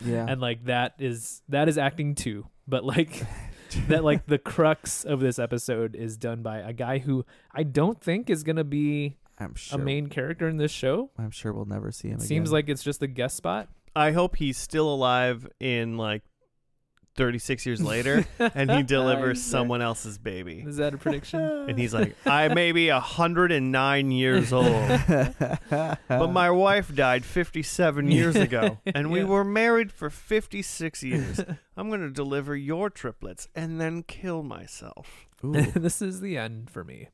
Speaker 3: yeah.
Speaker 2: and like that is that is acting too but like that like the crux of this episode is done by a guy who i don't think is gonna be
Speaker 3: I'm sure.
Speaker 2: a main character in this show
Speaker 3: I'm sure we'll never see him
Speaker 2: it seems
Speaker 3: again.
Speaker 2: like it's just a guest spot
Speaker 1: I hope he's still alive in like 36 years later and he delivers someone else's baby.
Speaker 2: Is that a prediction?
Speaker 1: And he's like, I may be 109 years old, but my wife died 57 years ago, and we
Speaker 2: Yeah.
Speaker 1: were married for 56 years. I'm going to deliver your triplets and then kill myself.
Speaker 3: Ooh,
Speaker 2: this is the end for me.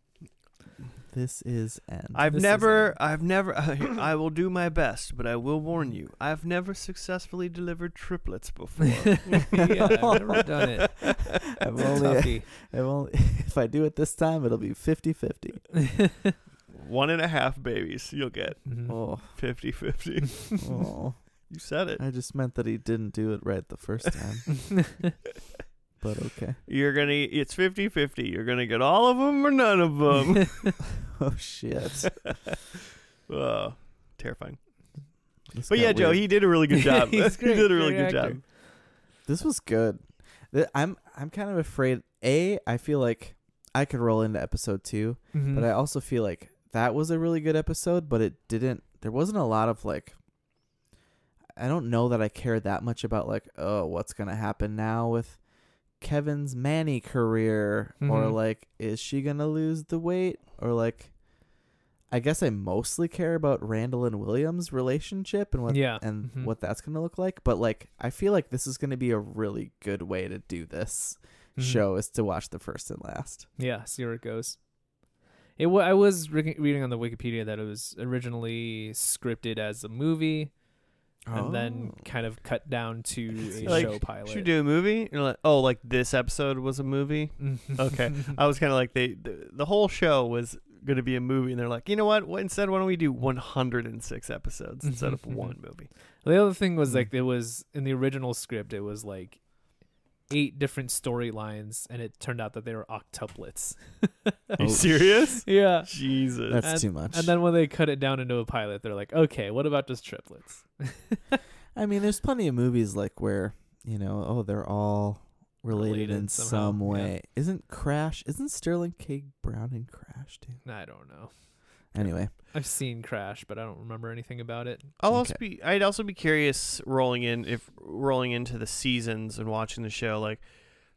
Speaker 3: this is end.
Speaker 1: I've
Speaker 2: This is
Speaker 1: never,
Speaker 2: it.
Speaker 1: I've never, I will do my best, but I will warn you, I've never successfully delivered triplets before.
Speaker 2: yeah, I've never done it.
Speaker 3: I've
Speaker 2: It's a
Speaker 3: only,
Speaker 2: toughie.
Speaker 3: I've only, if I do it this time, it'll be 50-50.
Speaker 2: Mm-hmm.
Speaker 1: One and a half babies, you'll get
Speaker 2: Mhm.
Speaker 3: Oh,
Speaker 1: 50 50.
Speaker 3: oh.
Speaker 1: You said it.
Speaker 3: I just meant that he didn't do it right the first time, but okay.
Speaker 1: You're going to, it's 50 50. You're going to get all of them or none of them.
Speaker 3: Oh shit.
Speaker 1: Oh, terrifying.
Speaker 3: This
Speaker 1: But
Speaker 3: got
Speaker 1: yeah, Joe,
Speaker 3: weird.
Speaker 1: he did a really good job.
Speaker 2: He's
Speaker 1: he
Speaker 2: great,
Speaker 1: did a really
Speaker 2: great
Speaker 1: good
Speaker 2: actor.
Speaker 1: job.
Speaker 3: This was good. Th- I'm I'm kind of afraid. A, I feel like I could roll into episode 2
Speaker 2: Mhm.
Speaker 3: but I also feel like that was a really good episode. But it didn't. There wasn't a lot of like. I don't know that I care that much about like oh what's gonna happen now with Kevin's Manny career or
Speaker 2: Mhm.
Speaker 3: like is she gonna lose the weight or like. I guess I mostly care about Randall and Williams' relationship and what
Speaker 2: Yeah.
Speaker 3: and
Speaker 2: Mhm.
Speaker 3: what that's going to look like. But like, I feel like this is going to be a really good way to do this
Speaker 2: Mhm.
Speaker 3: show is to watch the first and last.
Speaker 2: Yeah, see where it goes. It wa I was re- reading on the Wikipedia that it was originally scripted as a movie and then kind of cut down to a
Speaker 1: Oh. Like,
Speaker 2: show pilot.
Speaker 1: Should we do a movie? And you're like, oh, like this episode was a movie? Okay. I was kind of like, they, the, the whole show was going to be a movie. And they're like, you know what? Wh- Instead, why don't we do 106 episodes instead of one movie?
Speaker 2: the other thing was
Speaker 1: Hmm.
Speaker 2: like it was in the original script it was like eight different storylines and it turned out that they were octuplets.
Speaker 1: Are you
Speaker 3: Oh.
Speaker 1: serious?
Speaker 2: yeah.
Speaker 1: Jesus.
Speaker 3: that's too much.
Speaker 2: And then when they cut it down into a pilot, they're like, okay, what about just triplets?
Speaker 3: I mean, there's plenty of movies like where you know, oh, they're all related,
Speaker 2: Related
Speaker 3: in
Speaker 2: somehow,
Speaker 3: some
Speaker 2: yeah.
Speaker 3: way. Isn't Crash? Isn't Sterling K. Brown in Crash too?
Speaker 2: I don't know.
Speaker 3: Anyway,
Speaker 2: I've seen Crash, but I don't remember anything about it.
Speaker 1: I'll also
Speaker 3: Okay.
Speaker 1: be. I'd also be curious rolling in if rolling into the seasons and watching the show. Like,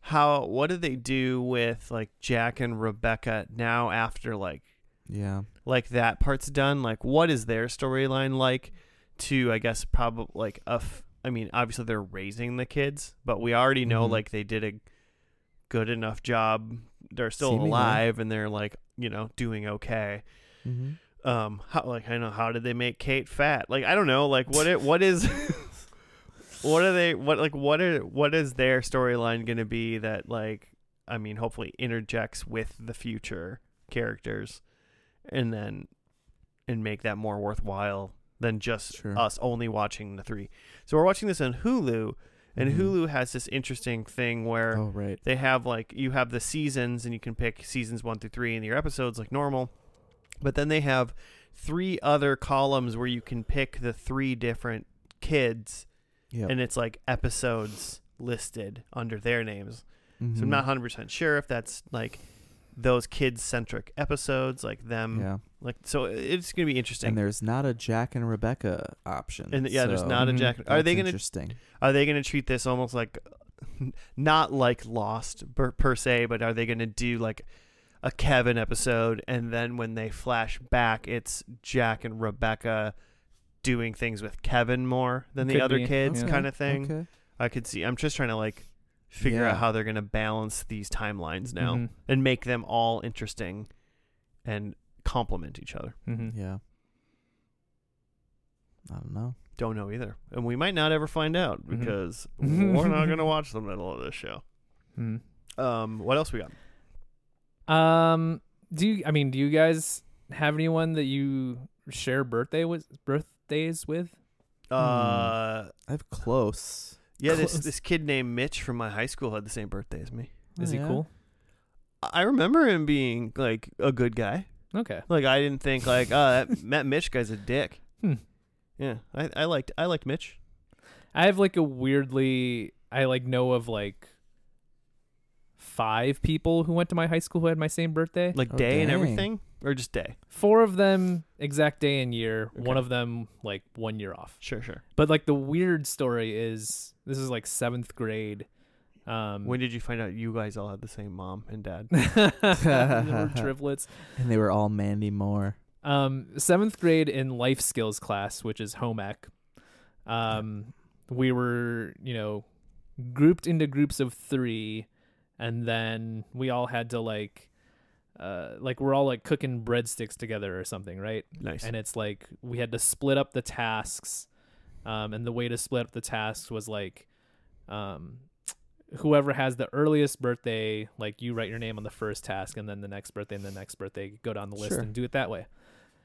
Speaker 1: how what do they do with like Jack and Rebecca now after like
Speaker 3: yeah,
Speaker 1: like that part's done? Like, what is their storyline like? To I guess probably like a. F- I mean, obviously they're raising the kids, but we already know
Speaker 3: Mhm.
Speaker 1: like they did a good enough job. They're still
Speaker 3: Seemingly.
Speaker 1: alive and they're like you know doing okay
Speaker 3: hmm
Speaker 1: um how like i know how did they make kate fat like i don't know like what it what is what are they what like what are what is their storyline gonna be that like i mean hopefully interjects with the future characters and then and make that more worthwhile than just
Speaker 3: Sure.
Speaker 1: us only watching the three so we're watching this on hulu and
Speaker 3: Mhm.
Speaker 1: hulu has this interesting thing where
Speaker 3: oh right,
Speaker 1: they have like you have the seasons and you can pick seasons one through three and your episodes like normal but then they have three other columns where you can pick the three different kids
Speaker 3: yeah.
Speaker 1: and it's like episodes listed under their names
Speaker 3: Mm-hmm.
Speaker 1: so i'm not 100% sure if that's like those kids centric episodes like them
Speaker 3: Yeah,
Speaker 1: like so it's going to be
Speaker 3: and
Speaker 1: interesting
Speaker 3: there's not a Jack and Rebecca option.
Speaker 1: and yeah there's
Speaker 3: so
Speaker 1: not a
Speaker 2: Mhm.
Speaker 1: jack are they
Speaker 3: that's
Speaker 1: going to
Speaker 3: interesting?
Speaker 1: Are they going to treat this almost like not like Lost per, per se, but are they going to do like a Kevin episode and then when they flash back, it's Jack and Rebecca doing things with Kevin more than the
Speaker 2: Could
Speaker 1: other
Speaker 2: be.
Speaker 1: kids
Speaker 2: Okay.
Speaker 1: kind of thing?
Speaker 3: Okay.
Speaker 1: I could see. I'm just trying to like figure out
Speaker 3: Yeah.
Speaker 1: how they're going to balance these timelines now
Speaker 2: Mhm.
Speaker 1: and make them all interesting and complement each other.
Speaker 2: Mhm.
Speaker 3: Yeah. I don't know.
Speaker 1: Don't know either. And we might not ever find out
Speaker 2: Mhm.
Speaker 1: because we're not going to watch the middle of this show.
Speaker 2: Mhm.
Speaker 1: Um, what else we got?
Speaker 2: Um, do you, I mean, do you guys have anyone that you share birthday with birthdays with?
Speaker 1: Uh,
Speaker 3: I have close.
Speaker 1: yeah, this
Speaker 2: Close.
Speaker 1: this kid named Mitch from my high school had the same birthday as me.
Speaker 2: Is
Speaker 3: Oh,
Speaker 2: he
Speaker 3: yeah?
Speaker 2: cool?
Speaker 1: I remember him being like a good guy.
Speaker 2: Okay.
Speaker 1: Like I didn't think like uh, that, that Mitch guy's a dick.
Speaker 2: Hmm.
Speaker 1: Yeah, I, I liked I liked Mitch.
Speaker 2: I have like a weirdly, I like know of like five people who went to my high school who had my same birthday.
Speaker 1: Like
Speaker 3: Oh,
Speaker 1: day and
Speaker 3: dang.
Speaker 1: everything, or just day.
Speaker 2: Four of them exact day and year. One
Speaker 1: Okay.
Speaker 2: of them like one year off.
Speaker 1: Sure, sure.
Speaker 2: But like the weird story is this is like seventh grade. Um,
Speaker 1: When did you find out you guys all had the same mom and dad?
Speaker 2: we're triplets.
Speaker 3: And they were all Mandy Moore.
Speaker 2: Um, seventh grade in life skills class, which is home ec. Um, we were, you know, grouped into groups of three, and then we all had to like, uh, like we're all like cooking breadsticks together or something, right?
Speaker 1: Nice.
Speaker 2: and it's like we had to split up the tasks um, and the way to split up the tasks was like um, whoever has the earliest birthday like you write your name on the first task and then the next birthday and the next birthday go down the list
Speaker 3: Sure.
Speaker 2: and do it that way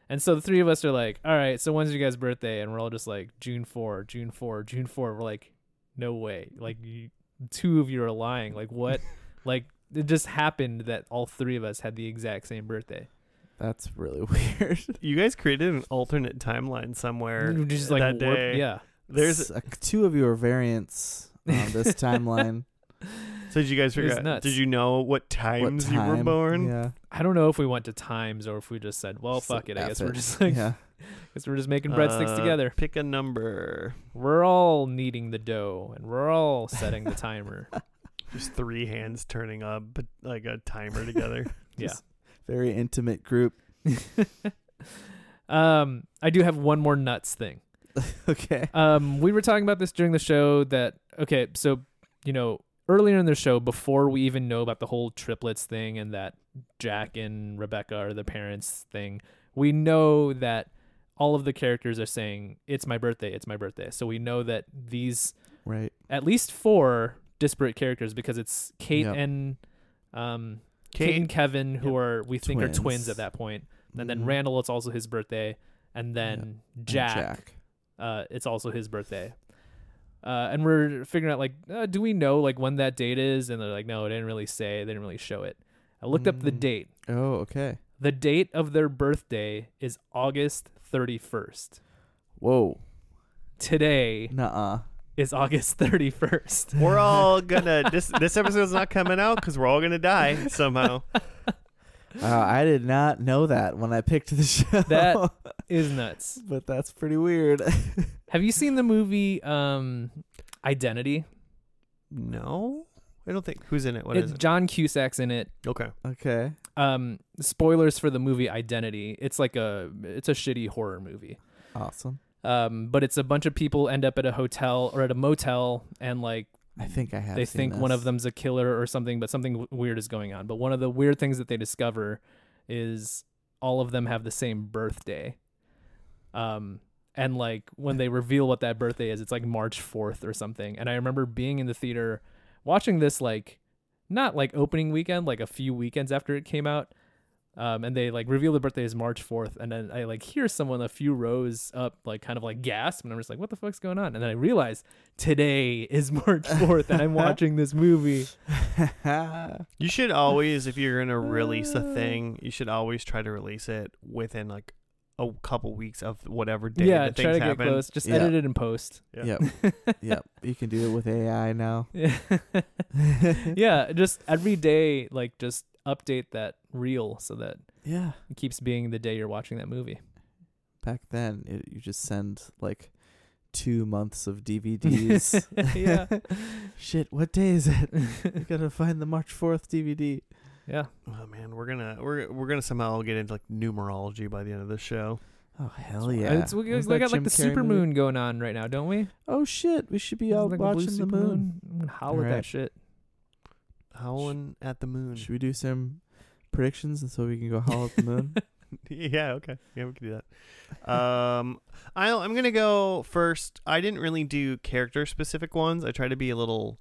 Speaker 2: and so the three of us are like all right so when's your guys birthday and we're all just like june 4 june 4 june 4 we're like no way like you, two of you are lying like what like it just happened that all three of us had the exact same birthday
Speaker 3: That's really weird.
Speaker 1: you guys created an alternate timeline somewhere.
Speaker 2: We just like
Speaker 1: Er, that
Speaker 2: warped-
Speaker 1: day.
Speaker 2: yeah
Speaker 1: There's
Speaker 3: S- uh, two of your variants on this timeline.
Speaker 1: so did you guys
Speaker 2: It was
Speaker 1: figure out?
Speaker 2: nuts.
Speaker 1: Did you know what
Speaker 3: what
Speaker 1: times
Speaker 3: time?
Speaker 1: you were born?
Speaker 3: Yeah.
Speaker 2: I don't know if we went to times or if we just said, "Well,
Speaker 3: So
Speaker 2: Oh, fuck it." I
Speaker 3: F
Speaker 2: guess we're
Speaker 3: it.
Speaker 2: just like,
Speaker 3: yeah.
Speaker 2: guess we're just making breadsticks
Speaker 1: Uh,
Speaker 2: together.
Speaker 1: Pick a number.
Speaker 2: We're all kneading the dough and we're all setting the timer.
Speaker 1: Just three hands turning up but like a timer together.
Speaker 2: yeah.
Speaker 3: Just Very intimate group.
Speaker 2: um, I do have one more nuts thing.
Speaker 3: Okay.
Speaker 2: Um, we were talking about this during the show that okay, so you know earlier in the show before we even know about the whole triplets thing and that Jack and Rebecca are the parents thing, we know that all of the characters are saying it's my birthday, it's my birthday. So we know that these
Speaker 3: Right.
Speaker 2: at least four disparate characters because it's Kate
Speaker 3: Yep.
Speaker 2: and um, Kate, and Kevin who are we think are twins
Speaker 3: Twins.
Speaker 2: at that point. And then
Speaker 3: Mhm.
Speaker 2: Randall, it's also his birthday, and then
Speaker 3: And
Speaker 2: Jack, Uh, it's also his birthday. Uh, and we're figuring out like, uh, do we know like when that date is? And they're like, no, it didn't really say. They didn't really show it. I looked up the
Speaker 3: Mm.
Speaker 2: date.
Speaker 3: Oh, okay.
Speaker 2: The date of their birthday is August thirty first.
Speaker 3: Whoa.
Speaker 2: Today
Speaker 3: Nuh-uh.
Speaker 2: is August thirty first.
Speaker 1: We're all gonna this this episode's not coming out because we're all gonna die somehow.
Speaker 3: Wow, Uh, I did not know that when I picked the show.
Speaker 2: That- Is nuts.
Speaker 3: but that's pretty weird.
Speaker 2: Have you seen the movie um, Identity?
Speaker 1: No, I don't think. Who's in it? What
Speaker 2: It's
Speaker 1: is it?
Speaker 2: John Cusack's in it.
Speaker 1: Okay.
Speaker 3: okay.
Speaker 2: Um, spoilers for the movie Identity. It's like a it's a shitty horror movie.
Speaker 3: Awesome.
Speaker 2: Um, but it's a bunch of people end up at a hotel or at a motel and like
Speaker 3: I think I have.
Speaker 2: they
Speaker 3: seen
Speaker 2: think one
Speaker 3: this.
Speaker 2: of them's a killer or something, but something w- weird is going on. But one of the weird things that they discover is all of them have the same birthday. Um, and like when they reveal what that birthday is, it's like March 4th or something. And I remember being in the theater watching this, like, not like opening weekend, like a few weekends after it came out. Um, and they like reveal the birthday is March 4th. And then I like hear someone a few rows up, like kind of like gasp. And I'm just like, what the fuck's going on? And then I realize today is March 4th and I'm watching this movie.
Speaker 1: You should always, if you're gonna release a thing, you should always try to release it within like a couple weeks of whatever day
Speaker 2: yeah,
Speaker 1: that
Speaker 2: try
Speaker 1: things
Speaker 2: to get
Speaker 1: happen.
Speaker 2: close. Just
Speaker 3: Yeah.
Speaker 2: edit it in post.
Speaker 3: Yep. yep. You can do it with AI now.
Speaker 2: yeah, just every day, like just update that reel so that
Speaker 3: Yeah.
Speaker 2: it keeps being the day you're watching that movie.
Speaker 3: Back then, it, you just send like two months of DVDs.
Speaker 2: yeah.
Speaker 3: Shit. What day is it? you gotta find the March fourth DVD.
Speaker 2: Yeah.
Speaker 1: Oh man, we're gonna we're we're gonna somehow get into like numerology by the end of the show.
Speaker 3: Oh hell yeah!
Speaker 2: It's- we
Speaker 3: Was
Speaker 2: we
Speaker 3: that
Speaker 2: got like
Speaker 3: Jim
Speaker 2: the
Speaker 3: Carrey
Speaker 2: super
Speaker 3: movie?
Speaker 2: moon going on right now, don't we?
Speaker 3: Oh shit! We should be
Speaker 2: Isn't
Speaker 3: out
Speaker 2: like a blue
Speaker 3: watching the
Speaker 2: super
Speaker 3: moon.
Speaker 2: I'm gonna howl at
Speaker 3: Alright.
Speaker 2: that shit.
Speaker 1: Howling at the moon.
Speaker 3: Should we do some predictions and so we can go howl at the moon?
Speaker 1: yeah, okay. Yeah, we can do that. Um, I I'm gonna go first. I didn't really do character specific ones. I tried to be a little.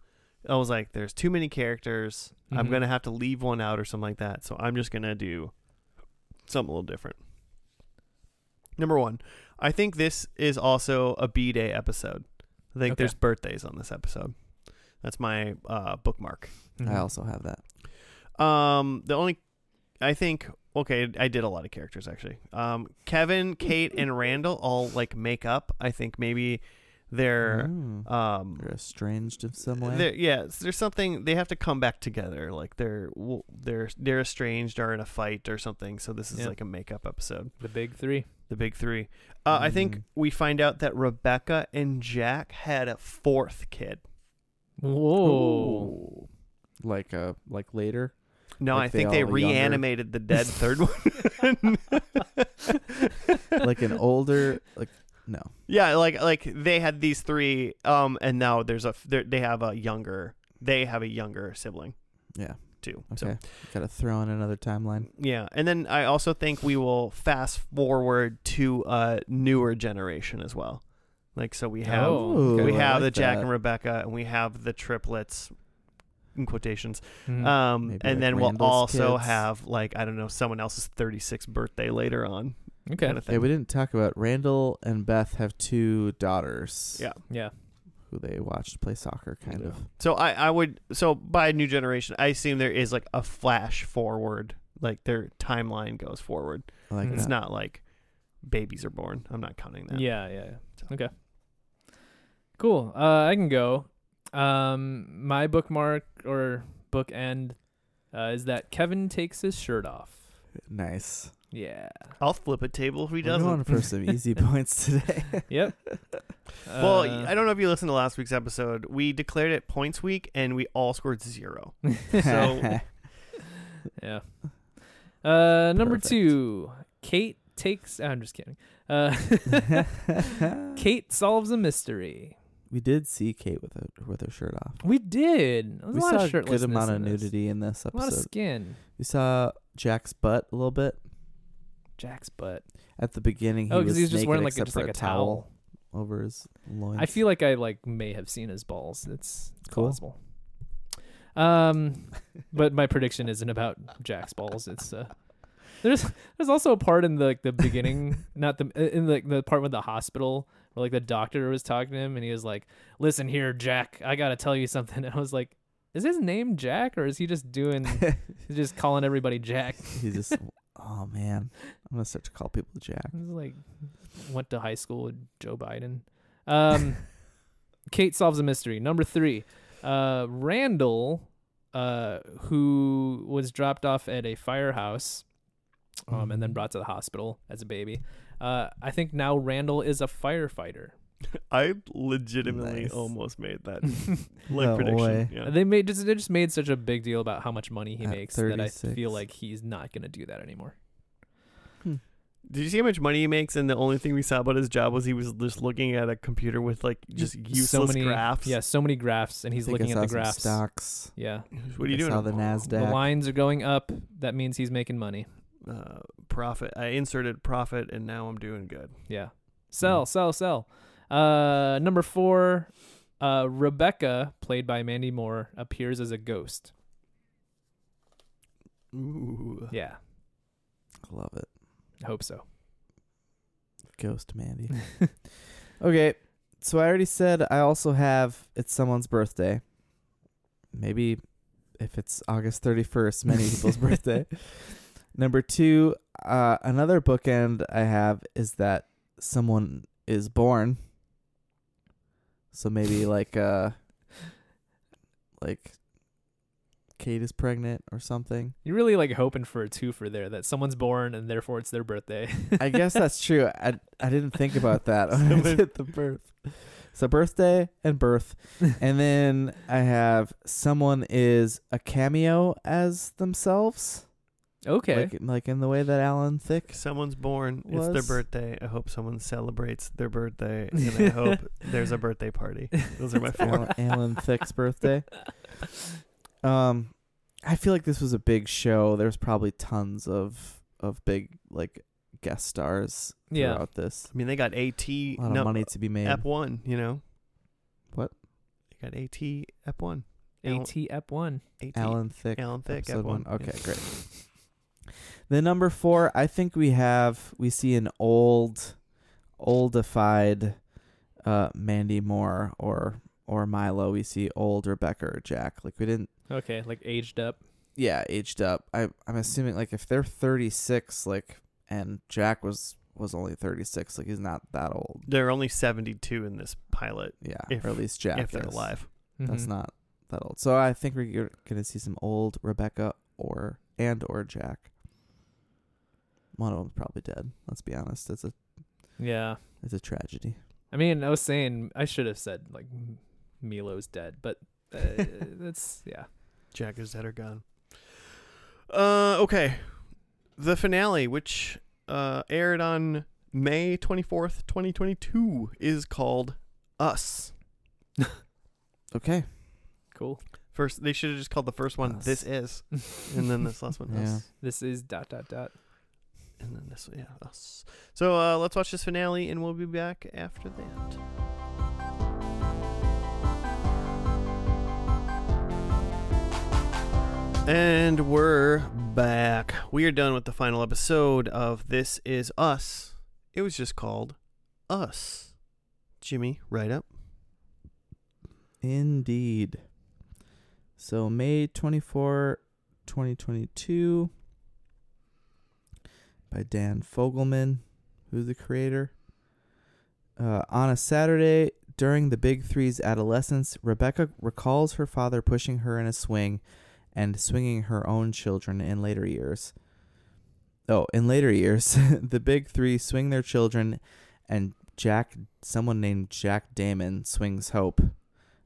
Speaker 1: I was like, there's too many characters. I'm
Speaker 2: Mhm.
Speaker 1: gonna have to leave one out or something like that. So I'm just gonna do something a little different. Number one, I think this is also a B day episode. I think
Speaker 2: Okay.
Speaker 1: there's birthdays on this episode. That's my uh, bookmark.
Speaker 2: Mhm.
Speaker 3: I also have that.
Speaker 1: Um, the only, I think, okay, I did a lot of characters actually. Um, Kevin, Kate, and Randall all like make up. I think maybe they're,
Speaker 3: Mm.
Speaker 2: Uh,
Speaker 1: um,
Speaker 3: They're estranged in some way.
Speaker 1: they're, yeah, it's- there's something they have to come back together. Like they're w- they're they're estranged or in a fight or something. So this is
Speaker 2: Yeah.
Speaker 1: like a makeup episode.
Speaker 2: the big three.
Speaker 1: The big three. Uh, I think
Speaker 3: Mm.
Speaker 1: we find out that Rebecca and Jack had a fourth kid.
Speaker 2: Whoa.
Speaker 3: like uh like later.
Speaker 1: No,
Speaker 3: Like
Speaker 1: I
Speaker 3: they
Speaker 1: think they
Speaker 3: all are younger.
Speaker 1: reanimated the dead third one.
Speaker 3: Like an older like no.
Speaker 1: yeah, like like they had these three, um, and now there's a f- they're- they have a younger they have a younger sibling.
Speaker 3: Yeah.
Speaker 1: too. So
Speaker 3: Okay. Gotta throw in another timeline.
Speaker 1: Yeah, and then I also think we will fast forward to a newer generation as well. Like so, we have
Speaker 2: Oh, okay.
Speaker 1: we
Speaker 2: Ooh, I
Speaker 1: have
Speaker 3: like
Speaker 1: the Jack
Speaker 3: that.
Speaker 1: and Rebecca, and we have the triplets, in quotations.
Speaker 2: Mhm.
Speaker 1: Um,
Speaker 3: Hmm. Maybe
Speaker 1: and
Speaker 3: like
Speaker 1: then we'll
Speaker 3: Randall's
Speaker 1: also
Speaker 3: kids.
Speaker 1: have like I don't know someone else's 36th birthday later on.
Speaker 2: okay.
Speaker 1: kind of
Speaker 3: Yeah,
Speaker 1: thing.
Speaker 3: we didn't talk about Randall and Beth have two daughters.
Speaker 1: Yeah.
Speaker 2: Yeah.
Speaker 3: Who they watched play soccer kind
Speaker 1: Yeah.
Speaker 3: of.
Speaker 1: So I I would so by new generation I assume there is like a flash forward, like their timeline goes forward.
Speaker 3: I like uh,
Speaker 2: Mm.
Speaker 1: It's
Speaker 3: that.
Speaker 1: not like babies are born. I'm not counting that.
Speaker 2: Yeah, yeah.
Speaker 1: So-
Speaker 2: Okay. Cool. Uh, I can go. Um, my bookmark or book end uh, is that Kevin takes his shirt off.
Speaker 3: nice.
Speaker 2: Yeah.
Speaker 1: I'll flip a table if he
Speaker 3: We're
Speaker 1: doesn't.
Speaker 3: going for some easy points today.
Speaker 2: Yep.
Speaker 1: Well,
Speaker 2: Uh,
Speaker 1: I don't know if you listened to last week's episode. We declared it points week, and we all scored zero. So-
Speaker 2: Yeah. Uh, number
Speaker 3: Perfect.
Speaker 2: two, Kate takes. ah, I'm just kidding. Uh, Kate solves a mystery.
Speaker 3: we did see Kate with her with her shirt off.
Speaker 2: We did. There was
Speaker 3: we
Speaker 2: a lot
Speaker 3: saw
Speaker 2: of
Speaker 3: a good
Speaker 2: shirtlessness
Speaker 3: amount of
Speaker 2: in this.
Speaker 3: nudity in this
Speaker 2: A lot of
Speaker 3: episode.
Speaker 2: skin.
Speaker 3: We saw Jack's butt a little bit
Speaker 2: Jack's butt.
Speaker 3: at the beginning. He
Speaker 2: oh,
Speaker 3: was
Speaker 2: because he's just
Speaker 3: naked
Speaker 2: wearing like a-
Speaker 3: except
Speaker 2: just
Speaker 3: for
Speaker 2: like
Speaker 3: a
Speaker 2: a towel.
Speaker 3: over his loins.
Speaker 2: I feel like I like may have seen his balls. It's
Speaker 3: Cool.
Speaker 2: plausible. Um, but my prediction isn't about Jack's balls. It's uh, there's there's also a part in the like, the beginning, not the uh, in like the part with the hospital where like the doctor was talking to him and he was like, "Listen here, Jack, I gotta tell you something." I was like, "Is his name Jack or is he just doing he's just calling everybody Jack?"
Speaker 3: he's just. Oh man, I'm gonna start to call people Jack.
Speaker 2: This is like went to high school with Joe Biden. Um, Kate solves a mystery. Number three, uh, Randall, uh, who was dropped off at a firehouse, um,
Speaker 1: Mm-hmm.
Speaker 2: and then brought to the hospital as a baby. Uh, I think now Randall is a firefighter.
Speaker 1: I legitimately
Speaker 3: Nice. Oh,
Speaker 1: almost made that
Speaker 2: they
Speaker 1: like
Speaker 3: No
Speaker 1: prediction.
Speaker 3: way.
Speaker 1: Yeah.
Speaker 2: made just they just made such a big deal about how much money he
Speaker 3: At
Speaker 2: makes that I
Speaker 3: 36.
Speaker 2: feel like he's not gonna do that anymore.
Speaker 1: Did you see how much money he makes? And the only thing we saw about his job was he was just looking at a computer with like just useless
Speaker 2: so many
Speaker 1: graphs.
Speaker 2: Yeah, so many graphs, and he's
Speaker 3: I think
Speaker 2: looking
Speaker 3: I
Speaker 2: at
Speaker 3: saw
Speaker 2: the
Speaker 3: some
Speaker 2: graphs.
Speaker 3: Stocks.
Speaker 2: Yeah.
Speaker 1: What are you
Speaker 3: I
Speaker 1: doing?
Speaker 3: saw the
Speaker 2: The
Speaker 3: Nasdaq.
Speaker 2: lines are going up. That means he's making money.
Speaker 1: Uh, profit. I inserted profit, and now I'm doing good.
Speaker 2: Yeah. Sell, sell, sell. Uh, number four, uh, Rebecca, played by Mandy Moore, appears as a ghost.
Speaker 1: Ooh.
Speaker 2: Yeah.
Speaker 3: I love it.
Speaker 2: I hope so.
Speaker 3: Ghost Mandy. Okay. So I already said I also have it's someone's birthday. Maybe if it's August 31st, many people's birthday. Number 2, uh another bookend I have is that someone is born. So maybe like uh like Kate is pregnant or something.
Speaker 2: You're really like hoping for a twofer there that someone's born and therefore it's their birthday.
Speaker 3: I guess that's true. I I didn't think about that when I
Speaker 1: Someone-
Speaker 3: did the birth. So birthday and birth, and then I have someone is a cameo as themselves,
Speaker 2: okay.
Speaker 3: like like in the way that Alan Thicke.
Speaker 1: Someone's born. It's their
Speaker 3: Was-
Speaker 1: birthday. I hope someone celebrates their birthday, and I hope there's a birthday party. Those are my four.
Speaker 3: Alan, Alan Thicke's birthday. Um, I feel like this was a big show. There's probably tons of of big like guest stars
Speaker 2: Yeah.
Speaker 3: throughout this.
Speaker 1: I mean, they got AT
Speaker 3: A lot
Speaker 1: no,
Speaker 3: of money to be made.
Speaker 1: Ep one. You know
Speaker 3: What?
Speaker 1: They got AT Ep one. Alan-
Speaker 2: AT Ep one.
Speaker 1: AT
Speaker 3: Alan Thicke.
Speaker 1: Alan Thicke Ep
Speaker 3: episode
Speaker 1: one.
Speaker 3: one. Okay, great. The number four, I think we have we see an old, oldified, uh, Mandy Moore or or Milo. We see old Rebecca or Jack. Like we didn't,
Speaker 2: Okay, like aged up.
Speaker 3: yeah, aged up. I I'm assuming like if they're 36, like and Jack was was only 36, like he's not that old.
Speaker 1: There are only 72 in this pilot
Speaker 3: Yeah,
Speaker 1: If-
Speaker 3: or at least Jack
Speaker 1: if they're
Speaker 3: is.
Speaker 1: alive.
Speaker 3: That's
Speaker 2: Mhm.
Speaker 3: not that old. So I think we're g- gonna see some old Rebecca or and or Jack. One of them's probably dead. Let's be honest. It's a
Speaker 2: Yeah.
Speaker 3: it's a tragedy.
Speaker 2: I mean, I was saying I should have said like Milo's dead, but uh, that's yeah.
Speaker 1: Jack is dead or gone. Uh, okay. The finale, which uh, aired on May 24th, 2022, is called Us.
Speaker 3: Okay.
Speaker 2: Cool.
Speaker 1: First, they should have just called the first one
Speaker 3: Us.
Speaker 1: This Is, and then this last one
Speaker 3: Yeah.
Speaker 1: Us.
Speaker 2: This is dot dot dot.
Speaker 1: And then this, yeah, us. So uh, let's watch this finale, and we'll be back after that. And we're back. We are done with the final episode of This Is Us. It was just called Us. Jimmy, right up.
Speaker 3: Indeed. So May 24, 2022 by Dan Fogelman, who's the creator. Uh, on a Saturday during the Big Three's adolescence, Rebecca recalls her father pushing her in a swing and swinging her own children in later years. Oh, in later years, the Big Three swing their children, and Jack, someone named Jack Damon, swings Hope.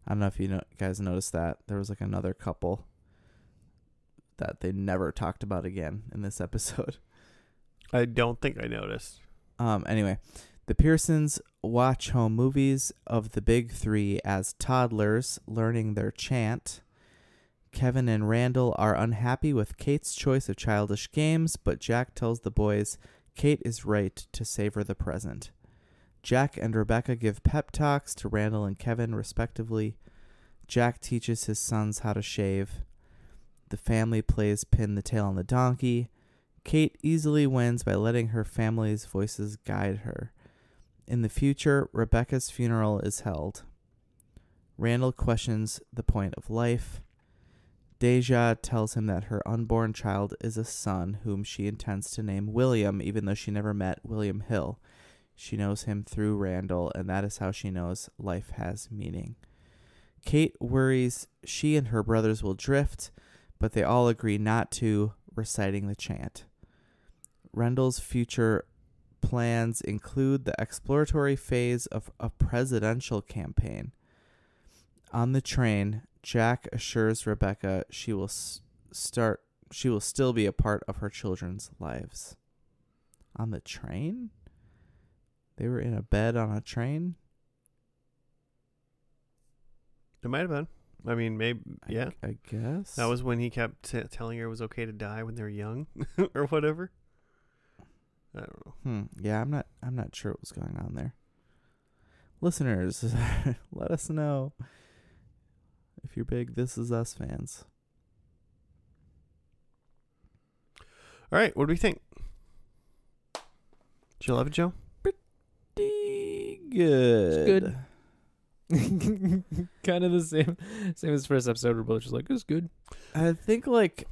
Speaker 3: I don't know if you know, guys noticed that there was like another couple that they never talked about again in this episode.
Speaker 1: I don't think I noticed.
Speaker 3: Um, anyway, the Pearsons watch home movies of the big three as toddlers, learning their chant. Kevin and Randall are unhappy with Kate's choice of childish games, but Jack tells the boys Kate is right to savor the present. Jack and Rebecca give pep talks to Randall and Kevin, respectively. Jack teaches his sons how to shave. The family plays pin the tail on the donkey. Kate easily wins by letting her family's voices guide her. In the future, Rebecca's funeral is held. Randall questions the point of life. Deja tells him that her unborn child is a son whom she intends to name William, even though she never met William Hill. She knows him through Randall, and that is how she knows life has meaning. Kate worries she and her brothers will drift, but they all agree not to, reciting the chant. Rendell's future plans include the exploratory phase of a presidential campaign. On the train, Jack assures Rebecca she will s- start she will still be a part of her children's lives. On the train? They were in a bed on a train?
Speaker 1: It might have been. I mean, maybe,
Speaker 3: I-
Speaker 1: yeah.
Speaker 3: I guess.
Speaker 1: That was when he kept t- telling her it was okay to die when they were young or whatever. I don't know.
Speaker 3: Hmm. Yeah, I'm not. I'm not sure what was going on there. Listeners, let us know if you're big "This Is Us" fans.
Speaker 1: All right, what do we think? Did you love it, Joe?
Speaker 3: Pretty good.
Speaker 2: good. kind of the same, same as first episode. We're both just like, it's good.
Speaker 3: I think like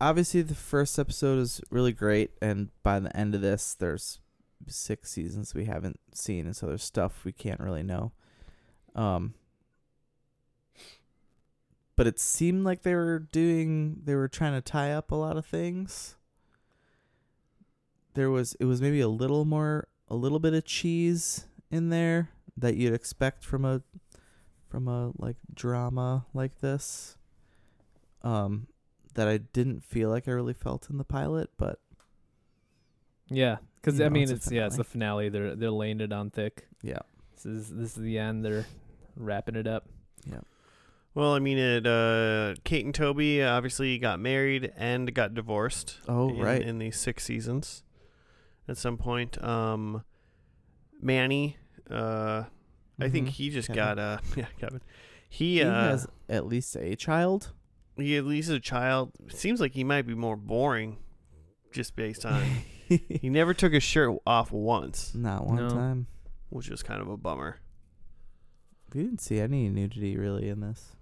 Speaker 3: obviously the first episode is really great, and by the end of this, there's six seasons we haven't seen, and so there's stuff we can't really know. Um, but it seemed like they were doing they were trying to tie up a lot of things. There was it was maybe a little more a little bit of cheese in there that you'd expect from a from a like drama like this um that I didn't feel like I really felt in the pilot, but
Speaker 2: Yeah, because
Speaker 3: You
Speaker 2: I
Speaker 3: know,
Speaker 2: mean,
Speaker 3: it's
Speaker 2: it's,
Speaker 3: a
Speaker 2: yeah, it's the finale. They're they're laying it on thick.
Speaker 3: Yeah.
Speaker 2: This is this is the end. They're wrapping it up.
Speaker 1: Well, I mean, it. Uh, Kate and Toby obviously got married and got divorced.
Speaker 3: oh
Speaker 1: in,
Speaker 3: right,
Speaker 1: in these six seasons at some point um manny uh i think
Speaker 3: Mhm,
Speaker 1: he just
Speaker 3: Kevin.
Speaker 1: got uh yeah kevin he,
Speaker 3: he
Speaker 1: uh
Speaker 3: has at least a child.
Speaker 1: he at least is a child seems like he might be more boring just based on uh, he never took his shirt off once
Speaker 3: Not one
Speaker 2: No.
Speaker 3: time.
Speaker 1: which is kind of a bummer
Speaker 3: We didn't see any nudity really in this.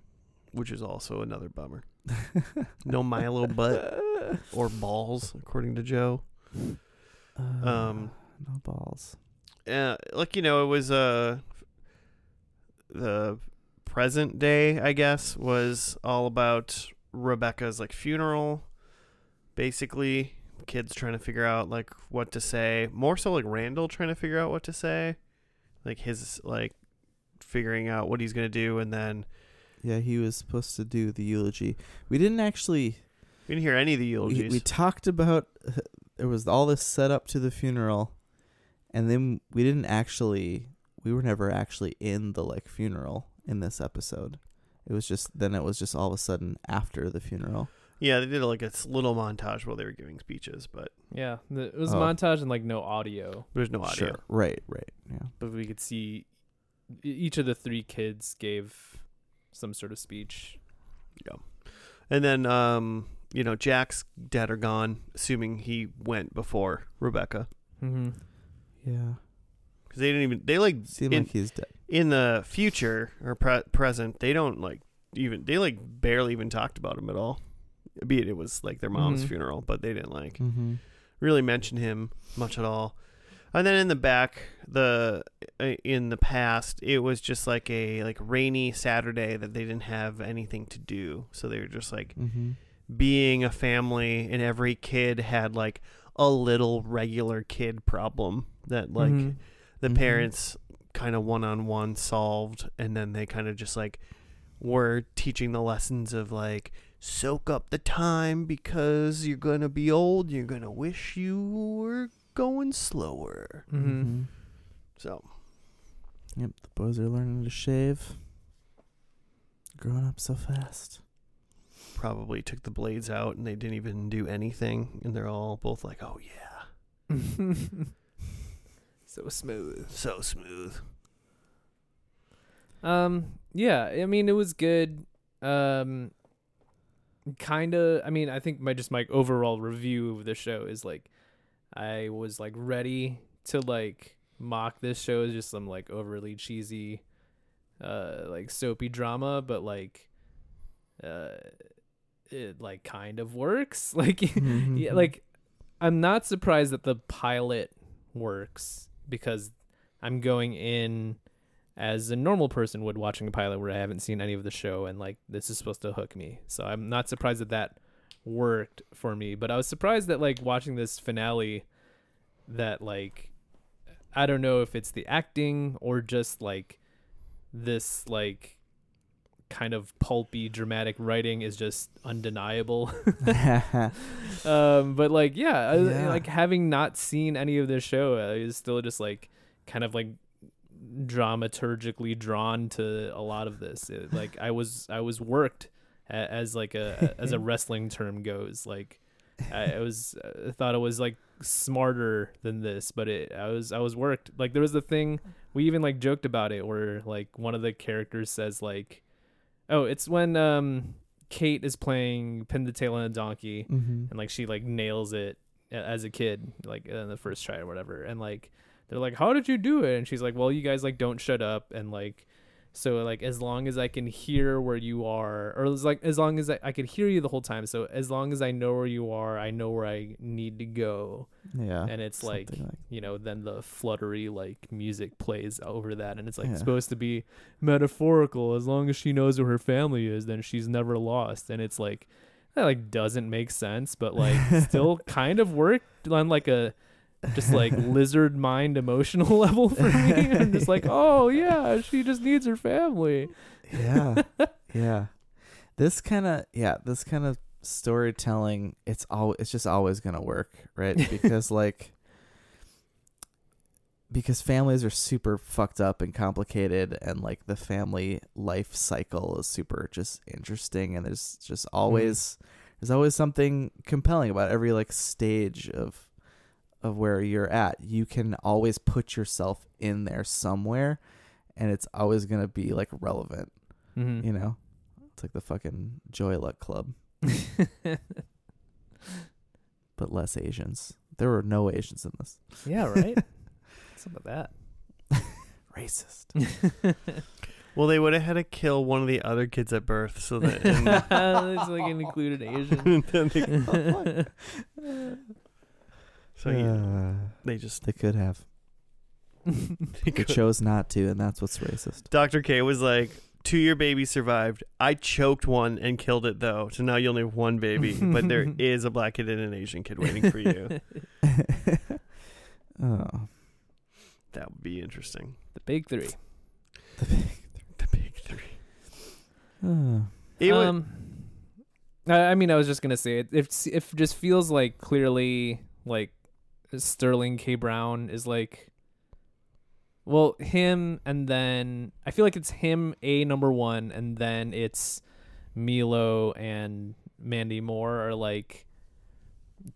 Speaker 1: which is also another bummer no milo butt or balls according to joe
Speaker 3: Uh,
Speaker 1: Um,
Speaker 3: no balls.
Speaker 1: uh, like you know, it was uh the present day, I guess, was all about Rebecca's like funeral. Basically, kids trying to figure out like what to say. More so, like Randall trying to figure out what to say, like his like figuring out what he's gonna do, and then
Speaker 3: Yeah, he was supposed to do the eulogy. We didn't actually.
Speaker 1: We didn't hear any of the
Speaker 3: We,
Speaker 1: eulogies.
Speaker 3: we talked about there was all this setup to the funeral, and then we didn't actually. We were never actually in the like funeral in this episode. It was just then it was just all of a sudden after the funeral.
Speaker 1: yeah, they did like a s- little montage while they were giving speeches, but
Speaker 2: Yeah, the, it was
Speaker 3: Oh.
Speaker 2: montage and like no audio,
Speaker 1: there's no audio.
Speaker 3: Sure. Right. Right. Yeah.
Speaker 2: but we could see e- each of the three kids gave some sort of speech.
Speaker 1: And then, um, you know, Jack's dead or gone, assuming he went before Rebecca,
Speaker 2: Mm-hmm.
Speaker 3: Yeah.
Speaker 1: because they didn't even they like
Speaker 3: Seemed
Speaker 1: in,
Speaker 3: like he's dead.
Speaker 1: in the future or pre- present they don't like even they like barely even talked about him at all. Be it it was like their mom's
Speaker 2: Mhm.
Speaker 1: funeral, but they didn't like
Speaker 3: Mm-hmm.
Speaker 1: really mention him much at all. And then in the back, the uh, in the past, it was just like a like rainy Saturday that they didn't have anything to do, so they were just like
Speaker 3: Mm-hmm.
Speaker 1: being a family and every kid had like a little regular kid problem that like
Speaker 2: Mm-hmm.
Speaker 1: the
Speaker 3: Mhm.
Speaker 1: parents kind of one-on-one solved and then they kind of just like were teaching the lessons of like soak up the time because you're going to be old you're going to wish you were going slower
Speaker 2: Mm-hmm.
Speaker 1: so
Speaker 3: Yep, the boys are learning to shave. Growing up so fast.
Speaker 1: probably took the blades out and they didn't even do anything and they're all both like oh yeah
Speaker 3: Mm-hmm.
Speaker 2: so smooth.
Speaker 1: so smooth
Speaker 2: Um, yeah, I mean it was good. Um, kind of. I mean, I think my just my overall review of the show is like, I was like ready to like mock this show as just some like overly cheesy, uh, like soapy drama, but like, uh, it like kind of works. Like,
Speaker 3: Mm-hmm.
Speaker 2: yeah, like I'm not surprised that the pilot works because I'm going in as a normal person would watching a pilot where I haven't seen any of the show and like this is supposed to hook me. So I'm not surprised that that worked for me, but I was surprised that like watching this finale that like I don't know if it's the acting or just like this like kind of pulpy dramatic writing is just undeniable
Speaker 3: Mm-hmm.
Speaker 2: um but like yeah, I-
Speaker 3: Yeah.
Speaker 2: like having not seen any of this show i was still just like kind of like dramaturgically drawn to a lot of this It- like i was i was worked a- as like a as a wrestling term goes like i, I was I thought it was like smarter than this but it i was i was worked like there was the thing we even like joked about it where like one of the characters says like oh it's when um kate is playing pin the tail on a donkey
Speaker 3: mm-hmm.
Speaker 2: and like she like nails it a- as a kid like in the first try or whatever and like they're like how did you do it and she's like well you guys like don't shut up and like so like as long as i can hear where you are or it's like as long as I, I could hear you the whole time so as long as i know where you are i know where i need to go
Speaker 3: Yeah.
Speaker 2: and it's like
Speaker 3: something
Speaker 2: you know then the fluttery like music plays over that and it's like
Speaker 3: Yeah.
Speaker 2: supposed to be metaphorical as long as she knows where her family is then she's never lost and it's like that like doesn't make sense but like still kind of worked on like a just like lizard mind emotional level for me and just like oh yeah she just needs her family
Speaker 3: yeah. Yeah. This kind of yeah, this kind of storytelling, it's all it's just always going to work, right? Because like because families are super fucked up and complicated and like the family life cycle is super just interesting and there's just always there's always something compelling about every like stage of of where you're at you can always put yourself in there somewhere and it's always going to be like relevant
Speaker 2: mm-hmm.
Speaker 3: you know it's like the fucking joy luck club but less asians there were no asians in this
Speaker 2: yeah right what's up with that
Speaker 3: racist
Speaker 1: well they would have had to kill one of the other kids at birth so that and
Speaker 2: it's like an included asian
Speaker 1: then they, so Oh, yeah,
Speaker 3: Uh,
Speaker 1: they just
Speaker 3: they could have
Speaker 1: they
Speaker 3: they
Speaker 1: could-
Speaker 3: chose not to and that's what's racist
Speaker 1: Dr. K was like, two year baby survived. I choked one and killed it though. So now you only have one baby, but there is a black kid and an Asian kid waiting for you.
Speaker 3: oh
Speaker 1: that would be interesting.
Speaker 2: the big three
Speaker 1: The big three.
Speaker 3: Uh,
Speaker 1: It wa-
Speaker 2: um, I, I mean, I was just gonna say it. If if just feels like clearly like Sterling K Brown is like, well, him, and then I feel like it's him a number one, and then it's Milo and Mandy Moore are like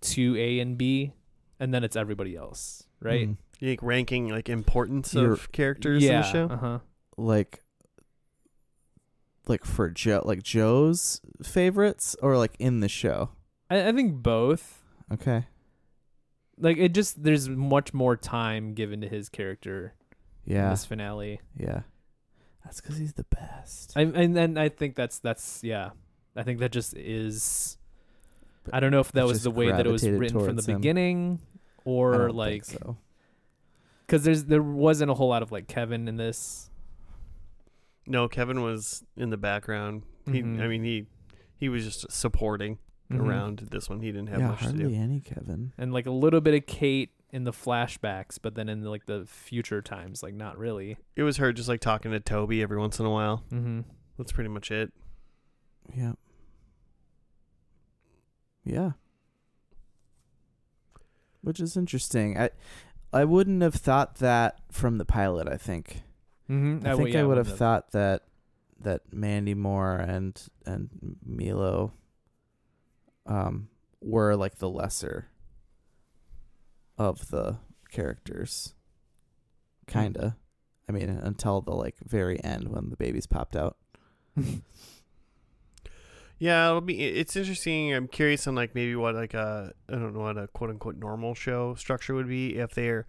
Speaker 2: two A and B, and then it's everybody else, right?
Speaker 3: mm,
Speaker 1: you think ranking like importance
Speaker 3: You're-
Speaker 1: of characters in the show?
Speaker 2: Uh huh.
Speaker 3: like, like for Joe, like Joe's favorites, or like in the show.
Speaker 2: I, I think both.
Speaker 3: Okay.
Speaker 2: Like it just there's much more time given to his character in
Speaker 3: Yeah.
Speaker 2: this finale.
Speaker 3: Yeah. That's because he's the best.
Speaker 2: I, and then I think that's that's yeah. I think that just is. I don't know if that
Speaker 3: It's
Speaker 2: was
Speaker 3: just
Speaker 2: the way that it was
Speaker 3: gravitated
Speaker 2: written from the
Speaker 3: towards him.
Speaker 2: beginning,
Speaker 3: I
Speaker 2: or
Speaker 3: don't
Speaker 2: like
Speaker 3: think so.
Speaker 2: because there's there wasn't a whole lot of like Kevin in this.
Speaker 1: No, Kevin was in the background. He,
Speaker 3: Mm-hmm.
Speaker 2: Mhm.
Speaker 1: I mean, he he was just supporting
Speaker 2: Mhm.
Speaker 1: around this one. He didn't have
Speaker 3: yeah,
Speaker 1: much to do.
Speaker 3: hardly any Kevin.
Speaker 2: and like a little bit of Kate in the flashbacks, but then in like the future times, like not really.
Speaker 1: It was her just like talking to Toby every once in a while.
Speaker 2: Mm-hmm.
Speaker 1: That's pretty much it.
Speaker 3: Yeah. Yeah. Which is interesting. I I wouldn't have thought that from the pilot, I think.
Speaker 2: Mm-hmm.
Speaker 3: I think I would have thought that that Mandy Moore and and Milo um were like the lesser of the characters. Kinda. I mean until the like very end when the babies popped out.
Speaker 1: Yeah, it'll be. it- It's interesting. I'm curious on like maybe what like a I don't know what a quote unquote normal show structure would be if they're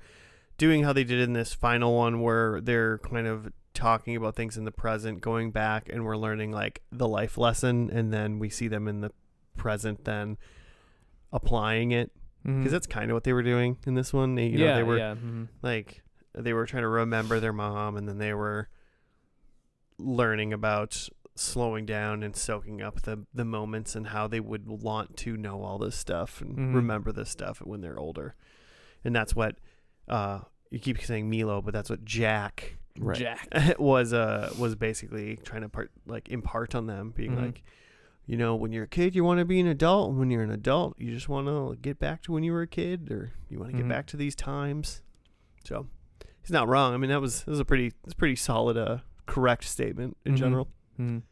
Speaker 1: doing how they did in this final one, where they're kind of talking about things in the present, going back, and we're learning like the life lesson, and then we see them in the present, then applying it because that's kind of what they were doing in this one. They, you
Speaker 2: Mm-hmm. Hmm. yeah,
Speaker 1: know, they were
Speaker 2: yeah. mhm.
Speaker 1: like they were trying to remember their mom and then they were learning about slowing down and soaking up the the moments and how they would want to know all this stuff and
Speaker 2: Mhm.
Speaker 1: remember this stuff when they're older and that's what uh you keep saying Milo but that's what Jack
Speaker 3: Right.
Speaker 2: Jack.
Speaker 1: was uh was basically trying to part like impart on them being
Speaker 2: Mhm.
Speaker 1: like you know when you're a kid you want to be an adult and when you're an adult you just want to get back to when you were a kid or you want to
Speaker 2: Mhm.
Speaker 1: get back to these times so he's not wrong i mean that was that was a pretty it's pretty solid uh correct statement in
Speaker 2: Mhm.
Speaker 1: general
Speaker 2: Mhm.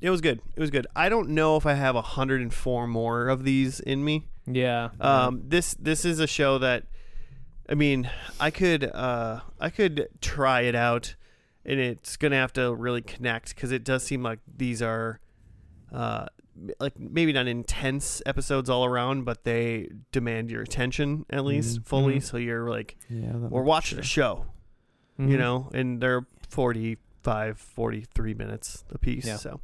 Speaker 1: it was good it was good i don't know if i have 104 more of these in me
Speaker 2: Yeah.
Speaker 1: Um, this this is a show that, I mean, I could uh, I could try it out, and it's gonna have to really connect because it does seem like these are, uh, m- like maybe not intense episodes all around, but they demand your attention at least
Speaker 3: Mhm.
Speaker 1: fully.
Speaker 2: Mhm.
Speaker 1: So you're like,
Speaker 3: Yeah. that
Speaker 1: we're
Speaker 3: might be
Speaker 1: watching
Speaker 3: true.
Speaker 1: a show,
Speaker 2: Mhm.
Speaker 1: you know, and they're 45, 43 minutes apiece.
Speaker 2: Yeah.
Speaker 1: So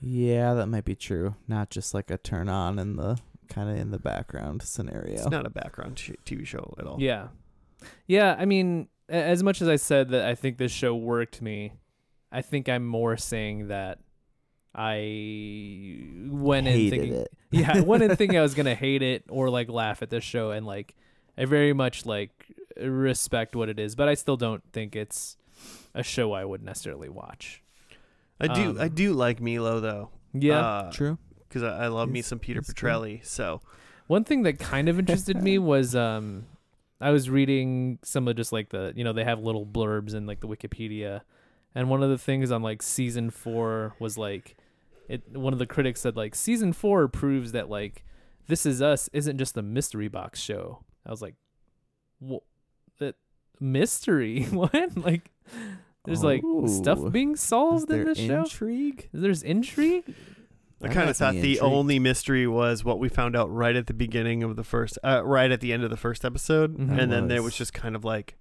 Speaker 3: Yeah, that might be true. Not just like a turn on in the kind of in the background scenario.
Speaker 1: it's not a background sh- TV show at all.
Speaker 2: Yeah. Yeah, I mean, a- as much as I said that I think this show worked me, I think I'm more saying that I went in
Speaker 3: Hated
Speaker 2: thinking
Speaker 3: it.
Speaker 2: Yeah, I went in thinking I was going to hate it or like laugh at this show and like I very much like respect what it is, but I still don't think it's a show I would necessarily watch.
Speaker 1: I do
Speaker 2: Um,
Speaker 1: I do like Milo though.
Speaker 2: Yeah.
Speaker 1: Uh,
Speaker 3: True.
Speaker 1: because I, I love me
Speaker 3: He's-
Speaker 1: some Peter
Speaker 3: he's good.
Speaker 1: Petrelli. So
Speaker 2: One thing that kind of interested me was um I was reading some of just like the you know they have little blurbs in like the Wikipedia and one of the things on like season 4 was like it one of the critics said like season 4 proves that like this is us isn't just a mystery box show. I was like what that mystery what? like there's like
Speaker 3: Ooh.
Speaker 2: stuff being
Speaker 3: Oh. Is
Speaker 2: solved
Speaker 3: there
Speaker 2: in this show?
Speaker 3: intrigue?
Speaker 2: There's intrigue?
Speaker 1: I
Speaker 3: That
Speaker 1: kind of
Speaker 3: has
Speaker 1: thought
Speaker 3: me
Speaker 1: the
Speaker 3: intrigued.
Speaker 1: only mystery was what we found out right at the beginning of the first, uh, right at the end of the first episode,
Speaker 2: Mhm.
Speaker 1: and
Speaker 2: That
Speaker 1: then there
Speaker 3: was-
Speaker 1: was just kind of like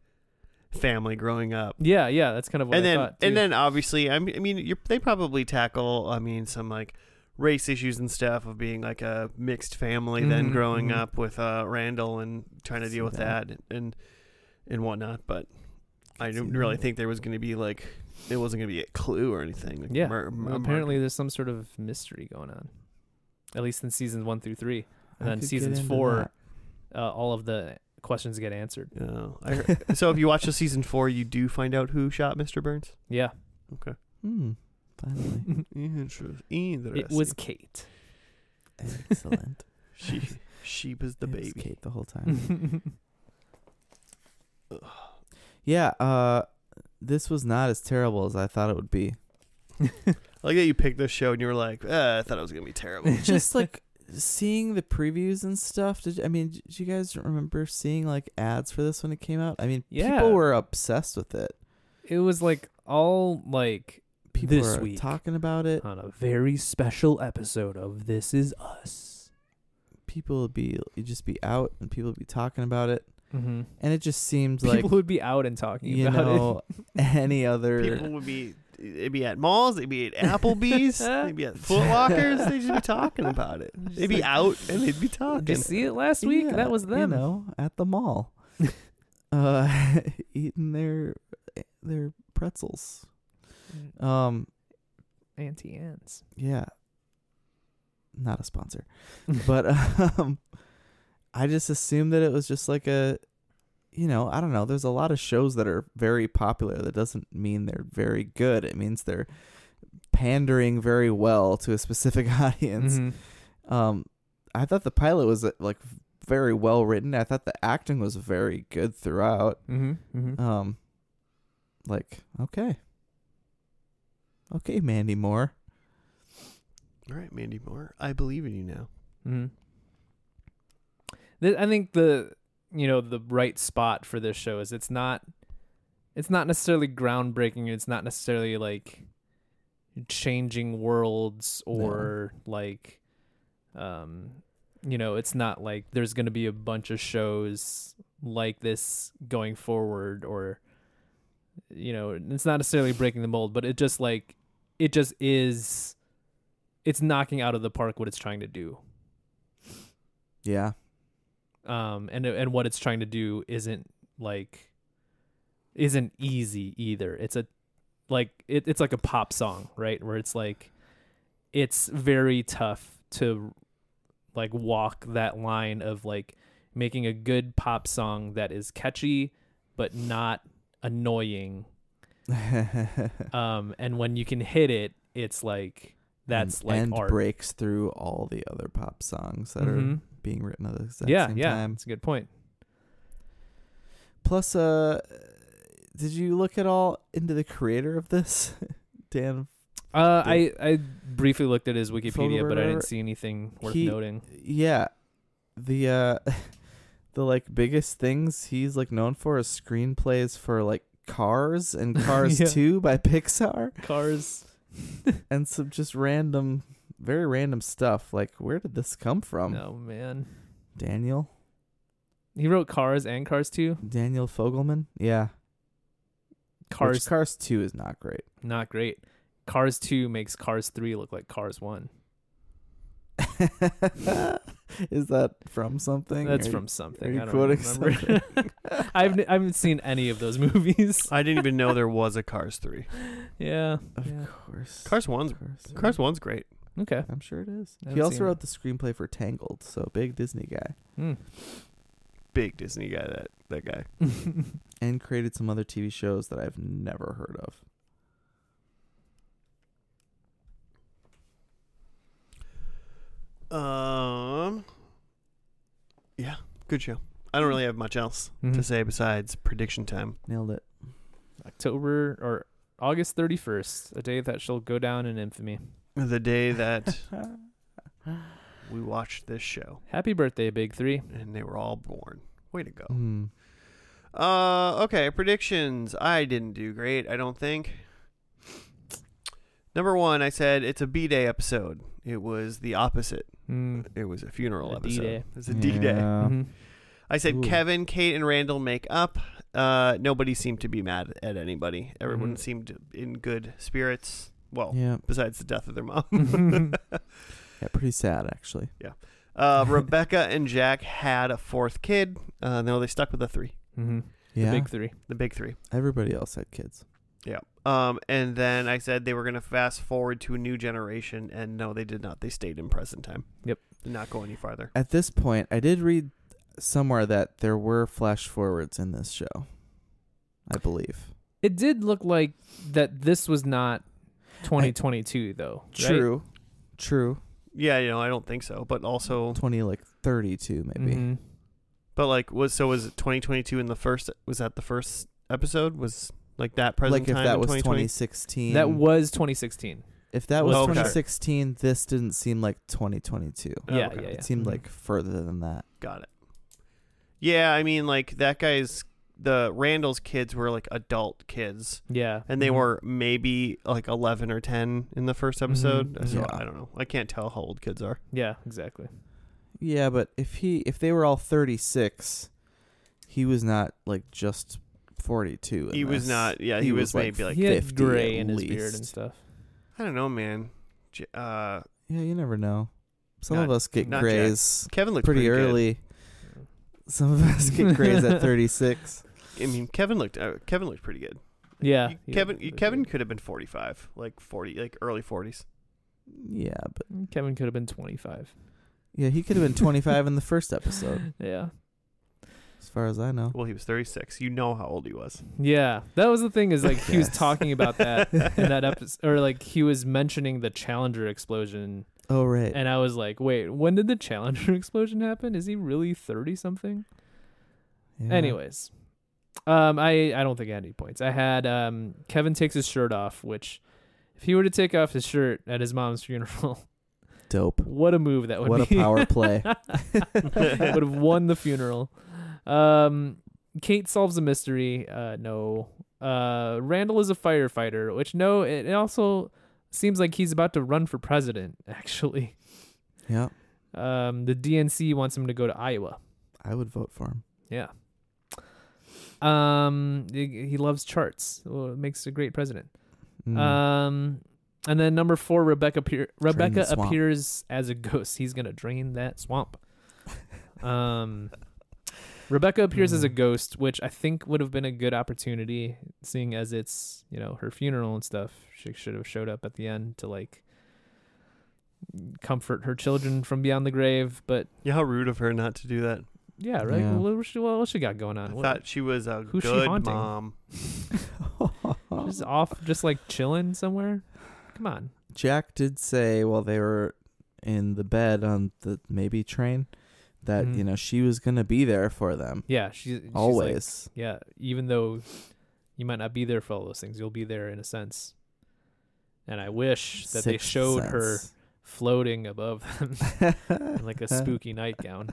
Speaker 1: family growing up.
Speaker 2: Yeah, yeah, that's kind of what
Speaker 1: and
Speaker 2: I
Speaker 1: then,
Speaker 2: thought. too.
Speaker 1: and then, obviously, I mean, I mean you're, they probably tackle, I mean, some like race issues and stuff of being like a mixed family, then
Speaker 2: Mhm,
Speaker 1: growing
Speaker 2: mhm.
Speaker 1: up with uh, Randall and trying to
Speaker 3: See
Speaker 1: deal with
Speaker 3: that.
Speaker 1: that, and and whatnot. But I
Speaker 3: See
Speaker 1: didn't really
Speaker 3: that.
Speaker 1: think there was going to be like it wasn't going to be a clue or anything. Like,
Speaker 2: Yeah.
Speaker 1: mur- a
Speaker 2: Well, apparently, there's some sort of mystery going on, at least in seasons one through three. And
Speaker 3: I
Speaker 2: then
Speaker 3: could get
Speaker 2: seasons
Speaker 3: into
Speaker 2: four,
Speaker 3: that.
Speaker 2: Uh, all of the questions get answered.
Speaker 1: Oh, I heard, so if you watch the season four, you do find out who shot Mr. Burns.
Speaker 2: Yeah,
Speaker 3: Hmm. Finally.
Speaker 1: Interest.
Speaker 2: It
Speaker 1: Interesting.
Speaker 2: was Kate.
Speaker 3: Excellent.
Speaker 1: she, sheep is the
Speaker 3: It was
Speaker 1: baby.
Speaker 3: Kate the whole time. yeah. Uh, this was not as terrible as I thought it would be.
Speaker 1: I like that you picked this show and you were like, eh, I thought it was gonna be terrible.
Speaker 3: Just like seeing the previews and stuff. Did I mean? Did you guys remember seeing like ads for this when it came out? I mean,
Speaker 2: Yeah.
Speaker 3: people were obsessed with it.
Speaker 2: it was like all like
Speaker 3: People
Speaker 2: This
Speaker 3: were
Speaker 2: week.
Speaker 3: talking about it.
Speaker 2: on a very special episode of This Is Us.
Speaker 3: People would be you'd just be out, and people would be talking about it.
Speaker 2: Mm-hmm.
Speaker 3: And it just seems
Speaker 2: People
Speaker 3: like
Speaker 2: would be out and talking
Speaker 3: you
Speaker 2: about
Speaker 3: know any other
Speaker 1: People would be, it'd be at malls, they'd be at Applebee's, they'd be at Footlockers. they'd just be talking about it.
Speaker 3: Just
Speaker 1: They'd be
Speaker 3: like-
Speaker 1: out and they'd be
Speaker 2: it. Did
Speaker 1: talking.
Speaker 2: you see it last week?
Speaker 3: Yeah,
Speaker 2: that was
Speaker 3: You
Speaker 2: them.
Speaker 3: know, at the mall, uh, eating their eh, their pretzels. Um,
Speaker 2: Auntie Anne's.
Speaker 3: yeah, not a sponsor, but um, I just assumed that it was just like a, you know, I don't know. There's a lot of shows that are very popular. That doesn't mean they're very good. It means they're pandering very well to a specific audience.
Speaker 2: Mhm.
Speaker 3: Um, I thought the pilot was uh, like very well written. I thought the acting was very good throughout.
Speaker 2: Mhm. Mhm.
Speaker 3: Um, like okay, okay, Mandy Moore.
Speaker 1: All right, Mandy Moore, I believe in you now.
Speaker 2: Mhm. Th- I think the you know the right spot for this show is it's not it's not necessarily groundbreaking. It's not necessarily like changing worlds or like um you know it's not like there's going to be a bunch of shows like this going forward or you know it's not necessarily breaking the mold but it just like it just is it's knocking out of the park what it's trying to do
Speaker 3: Yeah,
Speaker 2: um and and what it's trying to do isn't like isn't easy either it's a like it, it's like a pop song right where it's like it's very tough to like walk that line of like making a good pop song that is catchy but not annoying Uh, um and when you can hit it it's like that's
Speaker 3: and,
Speaker 2: like
Speaker 3: and
Speaker 2: art
Speaker 3: breaks through all the other pop songs that are
Speaker 2: Mhm.
Speaker 3: being written at the exact
Speaker 2: yeah
Speaker 3: same
Speaker 2: yeah
Speaker 3: time.
Speaker 2: it's a good point
Speaker 3: Plus, uh, did you look at all into the creator of this, Dan
Speaker 2: Uh, I
Speaker 3: Did-
Speaker 2: I briefly looked at his Wikipedia, but I
Speaker 3: Photographer-
Speaker 2: didn't see anything worth
Speaker 3: he-
Speaker 2: noting.
Speaker 3: yeah the uh the like biggest things he's like known for is screenplays for like cars and cars
Speaker 2: Yeah.
Speaker 3: 2 by pixar
Speaker 2: Cars.
Speaker 3: and some just random very random stuff like where did this come from
Speaker 2: oh man,
Speaker 3: daniel
Speaker 2: he wrote Cars and Cars Two.
Speaker 3: daniel fogelman yeah Which
Speaker 2: Cars
Speaker 3: cars 2 is not great
Speaker 2: not great. Cars Two makes Cars Three look like Cars One.
Speaker 3: is that from something
Speaker 2: That's
Speaker 3: Are
Speaker 2: from
Speaker 3: you-
Speaker 2: something.
Speaker 3: are you
Speaker 2: I don't
Speaker 3: quoting
Speaker 2: remember. I've n- I haven't seen any of those movies.
Speaker 1: I didn't even know there was a Cars three.
Speaker 2: yeah.
Speaker 3: of
Speaker 2: Yeah.
Speaker 3: course
Speaker 1: Cars one's
Speaker 3: Cars
Speaker 1: Cars one's great.
Speaker 2: Okay.
Speaker 3: i'm sure it is
Speaker 2: I
Speaker 3: he
Speaker 2: haven't
Speaker 3: also
Speaker 2: seen
Speaker 3: wrote the screenplay for tangled so big disney guy
Speaker 2: Hmm.
Speaker 1: Big Disney guy. That that guy.
Speaker 3: and created some other TV shows that I've never heard of.
Speaker 1: Um, yeah, good show. I don't really have much else to
Speaker 2: Mhm.
Speaker 1: say besides prediction time.
Speaker 3: Nailed it.
Speaker 2: October or August thirty first, a day that shall go down in infamy.
Speaker 1: The day that we watched this show
Speaker 2: Happy birthday, Big Three.
Speaker 1: and they were all born. Way to go.
Speaker 3: Hmm.
Speaker 1: Uh, okay, predictions. I didn't do great, I don't think. Number one, I said it's a B Day episode. It was the opposite.
Speaker 2: Hmm.
Speaker 1: It was a funeral
Speaker 2: A
Speaker 1: episode.
Speaker 2: D-Day.
Speaker 1: It's a D Day.
Speaker 3: Yeah.
Speaker 2: Mhm.
Speaker 1: I said
Speaker 3: Ooh.
Speaker 1: Kevin, Kate, and Randall make up. Uh, nobody seemed to be mad at anybody. Everyone
Speaker 2: Mhm.
Speaker 1: seemed in good spirits. Well,
Speaker 3: Hmm. Yeah.
Speaker 1: besides the death of their mom.
Speaker 3: Yeah, Pretty sad, actually.
Speaker 1: uh, Rebecca and Jack had a fourth kid. Uh, no, they stuck with the three,
Speaker 2: Mhm.
Speaker 3: Yeah.
Speaker 2: Big Three.
Speaker 1: the big three.
Speaker 3: Everybody else had kids.
Speaker 1: Um, and then I said they were going to fast forward to a new generation, and no, they did not. They stayed in present time.
Speaker 2: Yep.
Speaker 1: Did not go any farther.
Speaker 3: At this point, I did read somewhere that there were flash forwards in this show. I believe.
Speaker 2: It did look like that this was not 2022 though. right?
Speaker 3: True. True.
Speaker 1: Yeah, you know, I don't think so. But also,
Speaker 3: Twenty like thirty two maybe.
Speaker 2: Mhm.
Speaker 1: but like, was so was it 2022 in the first? Was that the first episode? Was like that present
Speaker 3: Like if
Speaker 1: time
Speaker 3: that
Speaker 1: in
Speaker 3: was
Speaker 1: 2020?
Speaker 3: 2016.
Speaker 2: That was 2016.
Speaker 3: if that was
Speaker 1: Okay.
Speaker 3: 2016, this didn't seem like 2022.
Speaker 1: Oh,
Speaker 2: yeah,
Speaker 1: okay.
Speaker 2: yeah, yeah.
Speaker 3: It seemed
Speaker 2: Mhm.
Speaker 3: like further than that.
Speaker 1: Got it. Yeah, I mean, like that guy's the Randall's kids were like adult kids,
Speaker 2: yeah,
Speaker 1: and
Speaker 3: Mm-hmm.
Speaker 1: they
Speaker 2: Mhm.
Speaker 1: were maybe like 11 or 10 in the first episode.
Speaker 2: Mhm.
Speaker 1: So
Speaker 3: Yeah.
Speaker 1: I don't know. I can't tell how old kids are.
Speaker 2: Yeah, exactly.
Speaker 3: Yeah, but if he if they were all 36, he was not like just 42. in
Speaker 1: He was
Speaker 3: this.
Speaker 1: not. Yeah, he,
Speaker 3: He
Speaker 1: was,
Speaker 3: was, like,
Speaker 1: maybe like
Speaker 2: he had
Speaker 3: 50
Speaker 2: gray
Speaker 3: at
Speaker 2: in his beard and
Speaker 3: least.
Speaker 2: stuff.
Speaker 1: I don't know, man. J- Uh,
Speaker 3: Yeah, you never know. Some of
Speaker 1: Not-
Speaker 3: us get
Speaker 1: not
Speaker 3: grays
Speaker 1: Kevin looked
Speaker 3: pretty,
Speaker 1: pretty, good.
Speaker 3: early. Some of us get grays at 36.
Speaker 1: I mean, Kevin looked. Uh, Kevin looked pretty good.
Speaker 2: Yeah,
Speaker 1: You-
Speaker 2: he
Speaker 1: Kevin.
Speaker 2: was-
Speaker 1: you-
Speaker 2: was
Speaker 1: Kevin
Speaker 2: good.
Speaker 1: could have been 45, like 40, like early 40s.
Speaker 3: Yeah, but
Speaker 2: Kevin could have been 25.
Speaker 3: yeah, he could have been 25 in the first episode,
Speaker 2: Yeah,
Speaker 3: as far as I know.
Speaker 1: Well, he was 36. You know how old he was.
Speaker 2: yeah. That was the thing is like he was
Speaker 3: Yes.
Speaker 2: talking about that in that episode, or like he was mentioning the Challenger explosion,
Speaker 3: Oh right.
Speaker 2: and I was like, wait, when did the Challenger explosion happen? Is he really 30 something?
Speaker 3: Yeah.
Speaker 2: Anyways, um, I I don't think I had any points. I had um, Kevin takes his shirt off, which if he were to take off his shirt at his mom's funeral,
Speaker 3: dope.
Speaker 2: what a move that would
Speaker 3: What a
Speaker 2: be.
Speaker 3: power play.
Speaker 2: would have won the funeral. Um, Kate solves a mystery. Uh, no. Uh, Randall is a firefighter, which no. It, it also seems like he's about to run for president. Actually,
Speaker 3: Yeah,
Speaker 2: um, the DNC wants him to go to Iowa.
Speaker 3: I would vote for him.
Speaker 2: Yeah. Um, he, he loves charts. Well, it makes a great president.
Speaker 3: Mm.
Speaker 2: Um, and then number four, Rebecca appear- Rebecca
Speaker 3: swamp.
Speaker 2: appears as a ghost. He's gonna drain that swamp. um, Rebecca appears as a
Speaker 3: Mm.
Speaker 2: ghost, which I think would have been a good opportunity, seeing as it's you know her funeral and stuff. She should have showed up at the end to like comfort her children from beyond the grave. But
Speaker 1: Yeah, how rude of her not to do that.
Speaker 2: yeah, right.
Speaker 3: Yeah.
Speaker 2: What, what she, what else she got going on?
Speaker 1: I
Speaker 2: What-
Speaker 1: thought she was a
Speaker 2: who's she
Speaker 1: good
Speaker 2: haunting?
Speaker 1: mom.
Speaker 2: Uh, just off, just like chilling somewhere. Come on.
Speaker 3: Jack did say while they were in the bed on the maybe train that
Speaker 2: Mhm.
Speaker 3: you know she was gonna be there for them
Speaker 2: Yeah, she's she's like,
Speaker 3: always.
Speaker 2: yeah, even though you might not be there for all those things, you'll be there in a sense. And I wish that they
Speaker 3: Sixth
Speaker 2: showed her
Speaker 3: sense.
Speaker 2: floating above them in like a spooky nightgown.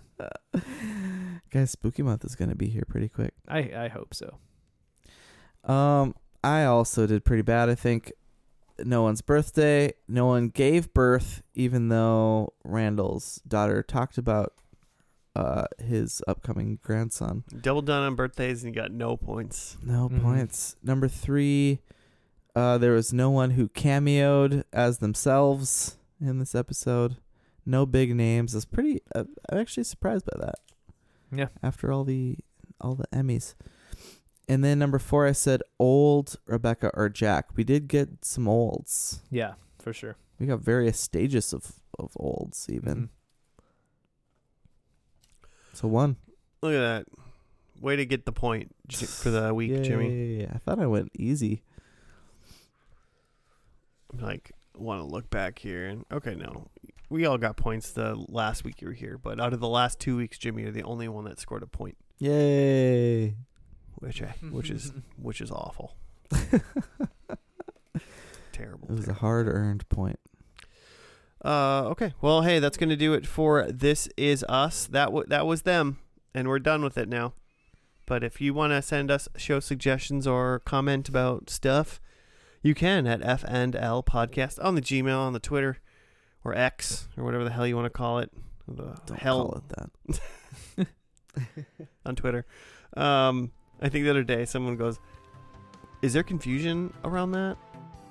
Speaker 3: Guys, Spooky Month is gonna be here pretty quick.
Speaker 2: I I hope so.
Speaker 3: Um, I also did pretty bad. I think no one's birthday, no one gave birth, even though Randall's daughter talked about uh his upcoming grandson.
Speaker 1: Double down on birthdays and you got no points.
Speaker 3: No
Speaker 2: Mhm.
Speaker 3: points. Number three, uh, there was no one who cameoed as themselves in this episode. No big names. It's pretty. Uh, I'm actually surprised by that.
Speaker 2: Yeah.
Speaker 3: After all the all the Emmys, and then number four, I said old Rebecca or Jack. We did get some olds.
Speaker 2: Yeah, for sure.
Speaker 3: We got various stages of of olds even.
Speaker 1: Mm-hmm.
Speaker 2: Mhm.
Speaker 3: So one
Speaker 1: Look at that. Way to get the point J- for the week, Jimmy.
Speaker 3: Yay. I thought I went easy.
Speaker 1: I'm like, want to look back here and okay, no, we all got points the last week you were here, but out of the last two weeks, Jimmy, you're the only one that scored a point,
Speaker 3: Yay.
Speaker 1: which I, which is which is awful. terrible.
Speaker 3: It was a
Speaker 1: terrible.
Speaker 3: hard earned point.
Speaker 1: Uh, okay. Well, hey, that's gonna do it for this is us. That w- that was them, and we're done with it now. But if you want to send us show suggestions or comment about stuff, you can at FNL Podcast on the Gmail, on the Twitter, or X, or whatever the hell you want to call it. The
Speaker 3: Don't
Speaker 1: hell
Speaker 3: call it that.
Speaker 1: on Twitter. Um, I think the other day someone goes, "Is there confusion around that?"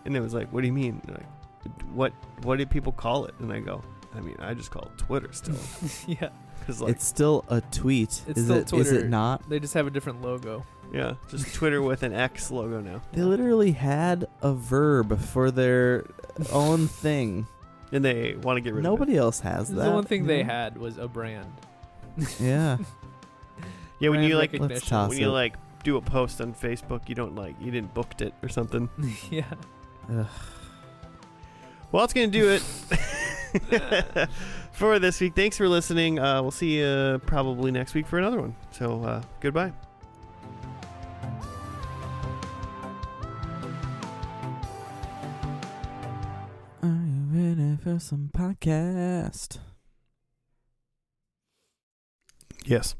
Speaker 1: And it was like, "What do you mean? They're Like, what what do people call it?" And I go, "I mean, I just call it Twitter still,
Speaker 2: yeah,
Speaker 1: because like,
Speaker 3: it's still a tweet.
Speaker 2: It's
Speaker 3: is
Speaker 2: still
Speaker 3: it? Is
Speaker 2: Twitter.
Speaker 3: it not?
Speaker 2: they just have a different logo.
Speaker 1: yeah, just Twitter with an X logo now."
Speaker 3: They literally had a verb for their own thing.
Speaker 1: And they want to get rid
Speaker 3: Nobody else has that.
Speaker 2: the one thing
Speaker 3: you
Speaker 2: they
Speaker 3: know?
Speaker 2: had was a brand.
Speaker 3: Yeah.
Speaker 1: of it. Yeah, when
Speaker 2: brand
Speaker 1: you like
Speaker 2: recognition.
Speaker 3: Let's toss
Speaker 1: when you
Speaker 3: it.
Speaker 1: like do a post on Facebook you don't like, you didn't booked it or something.
Speaker 2: yeah.
Speaker 1: Well, that's gonna do it for this week. Thanks for listening. Uh, we'll see you probably next week for another one. So uh, goodbye.
Speaker 3: Are you ready for some podcast?
Speaker 1: Yes.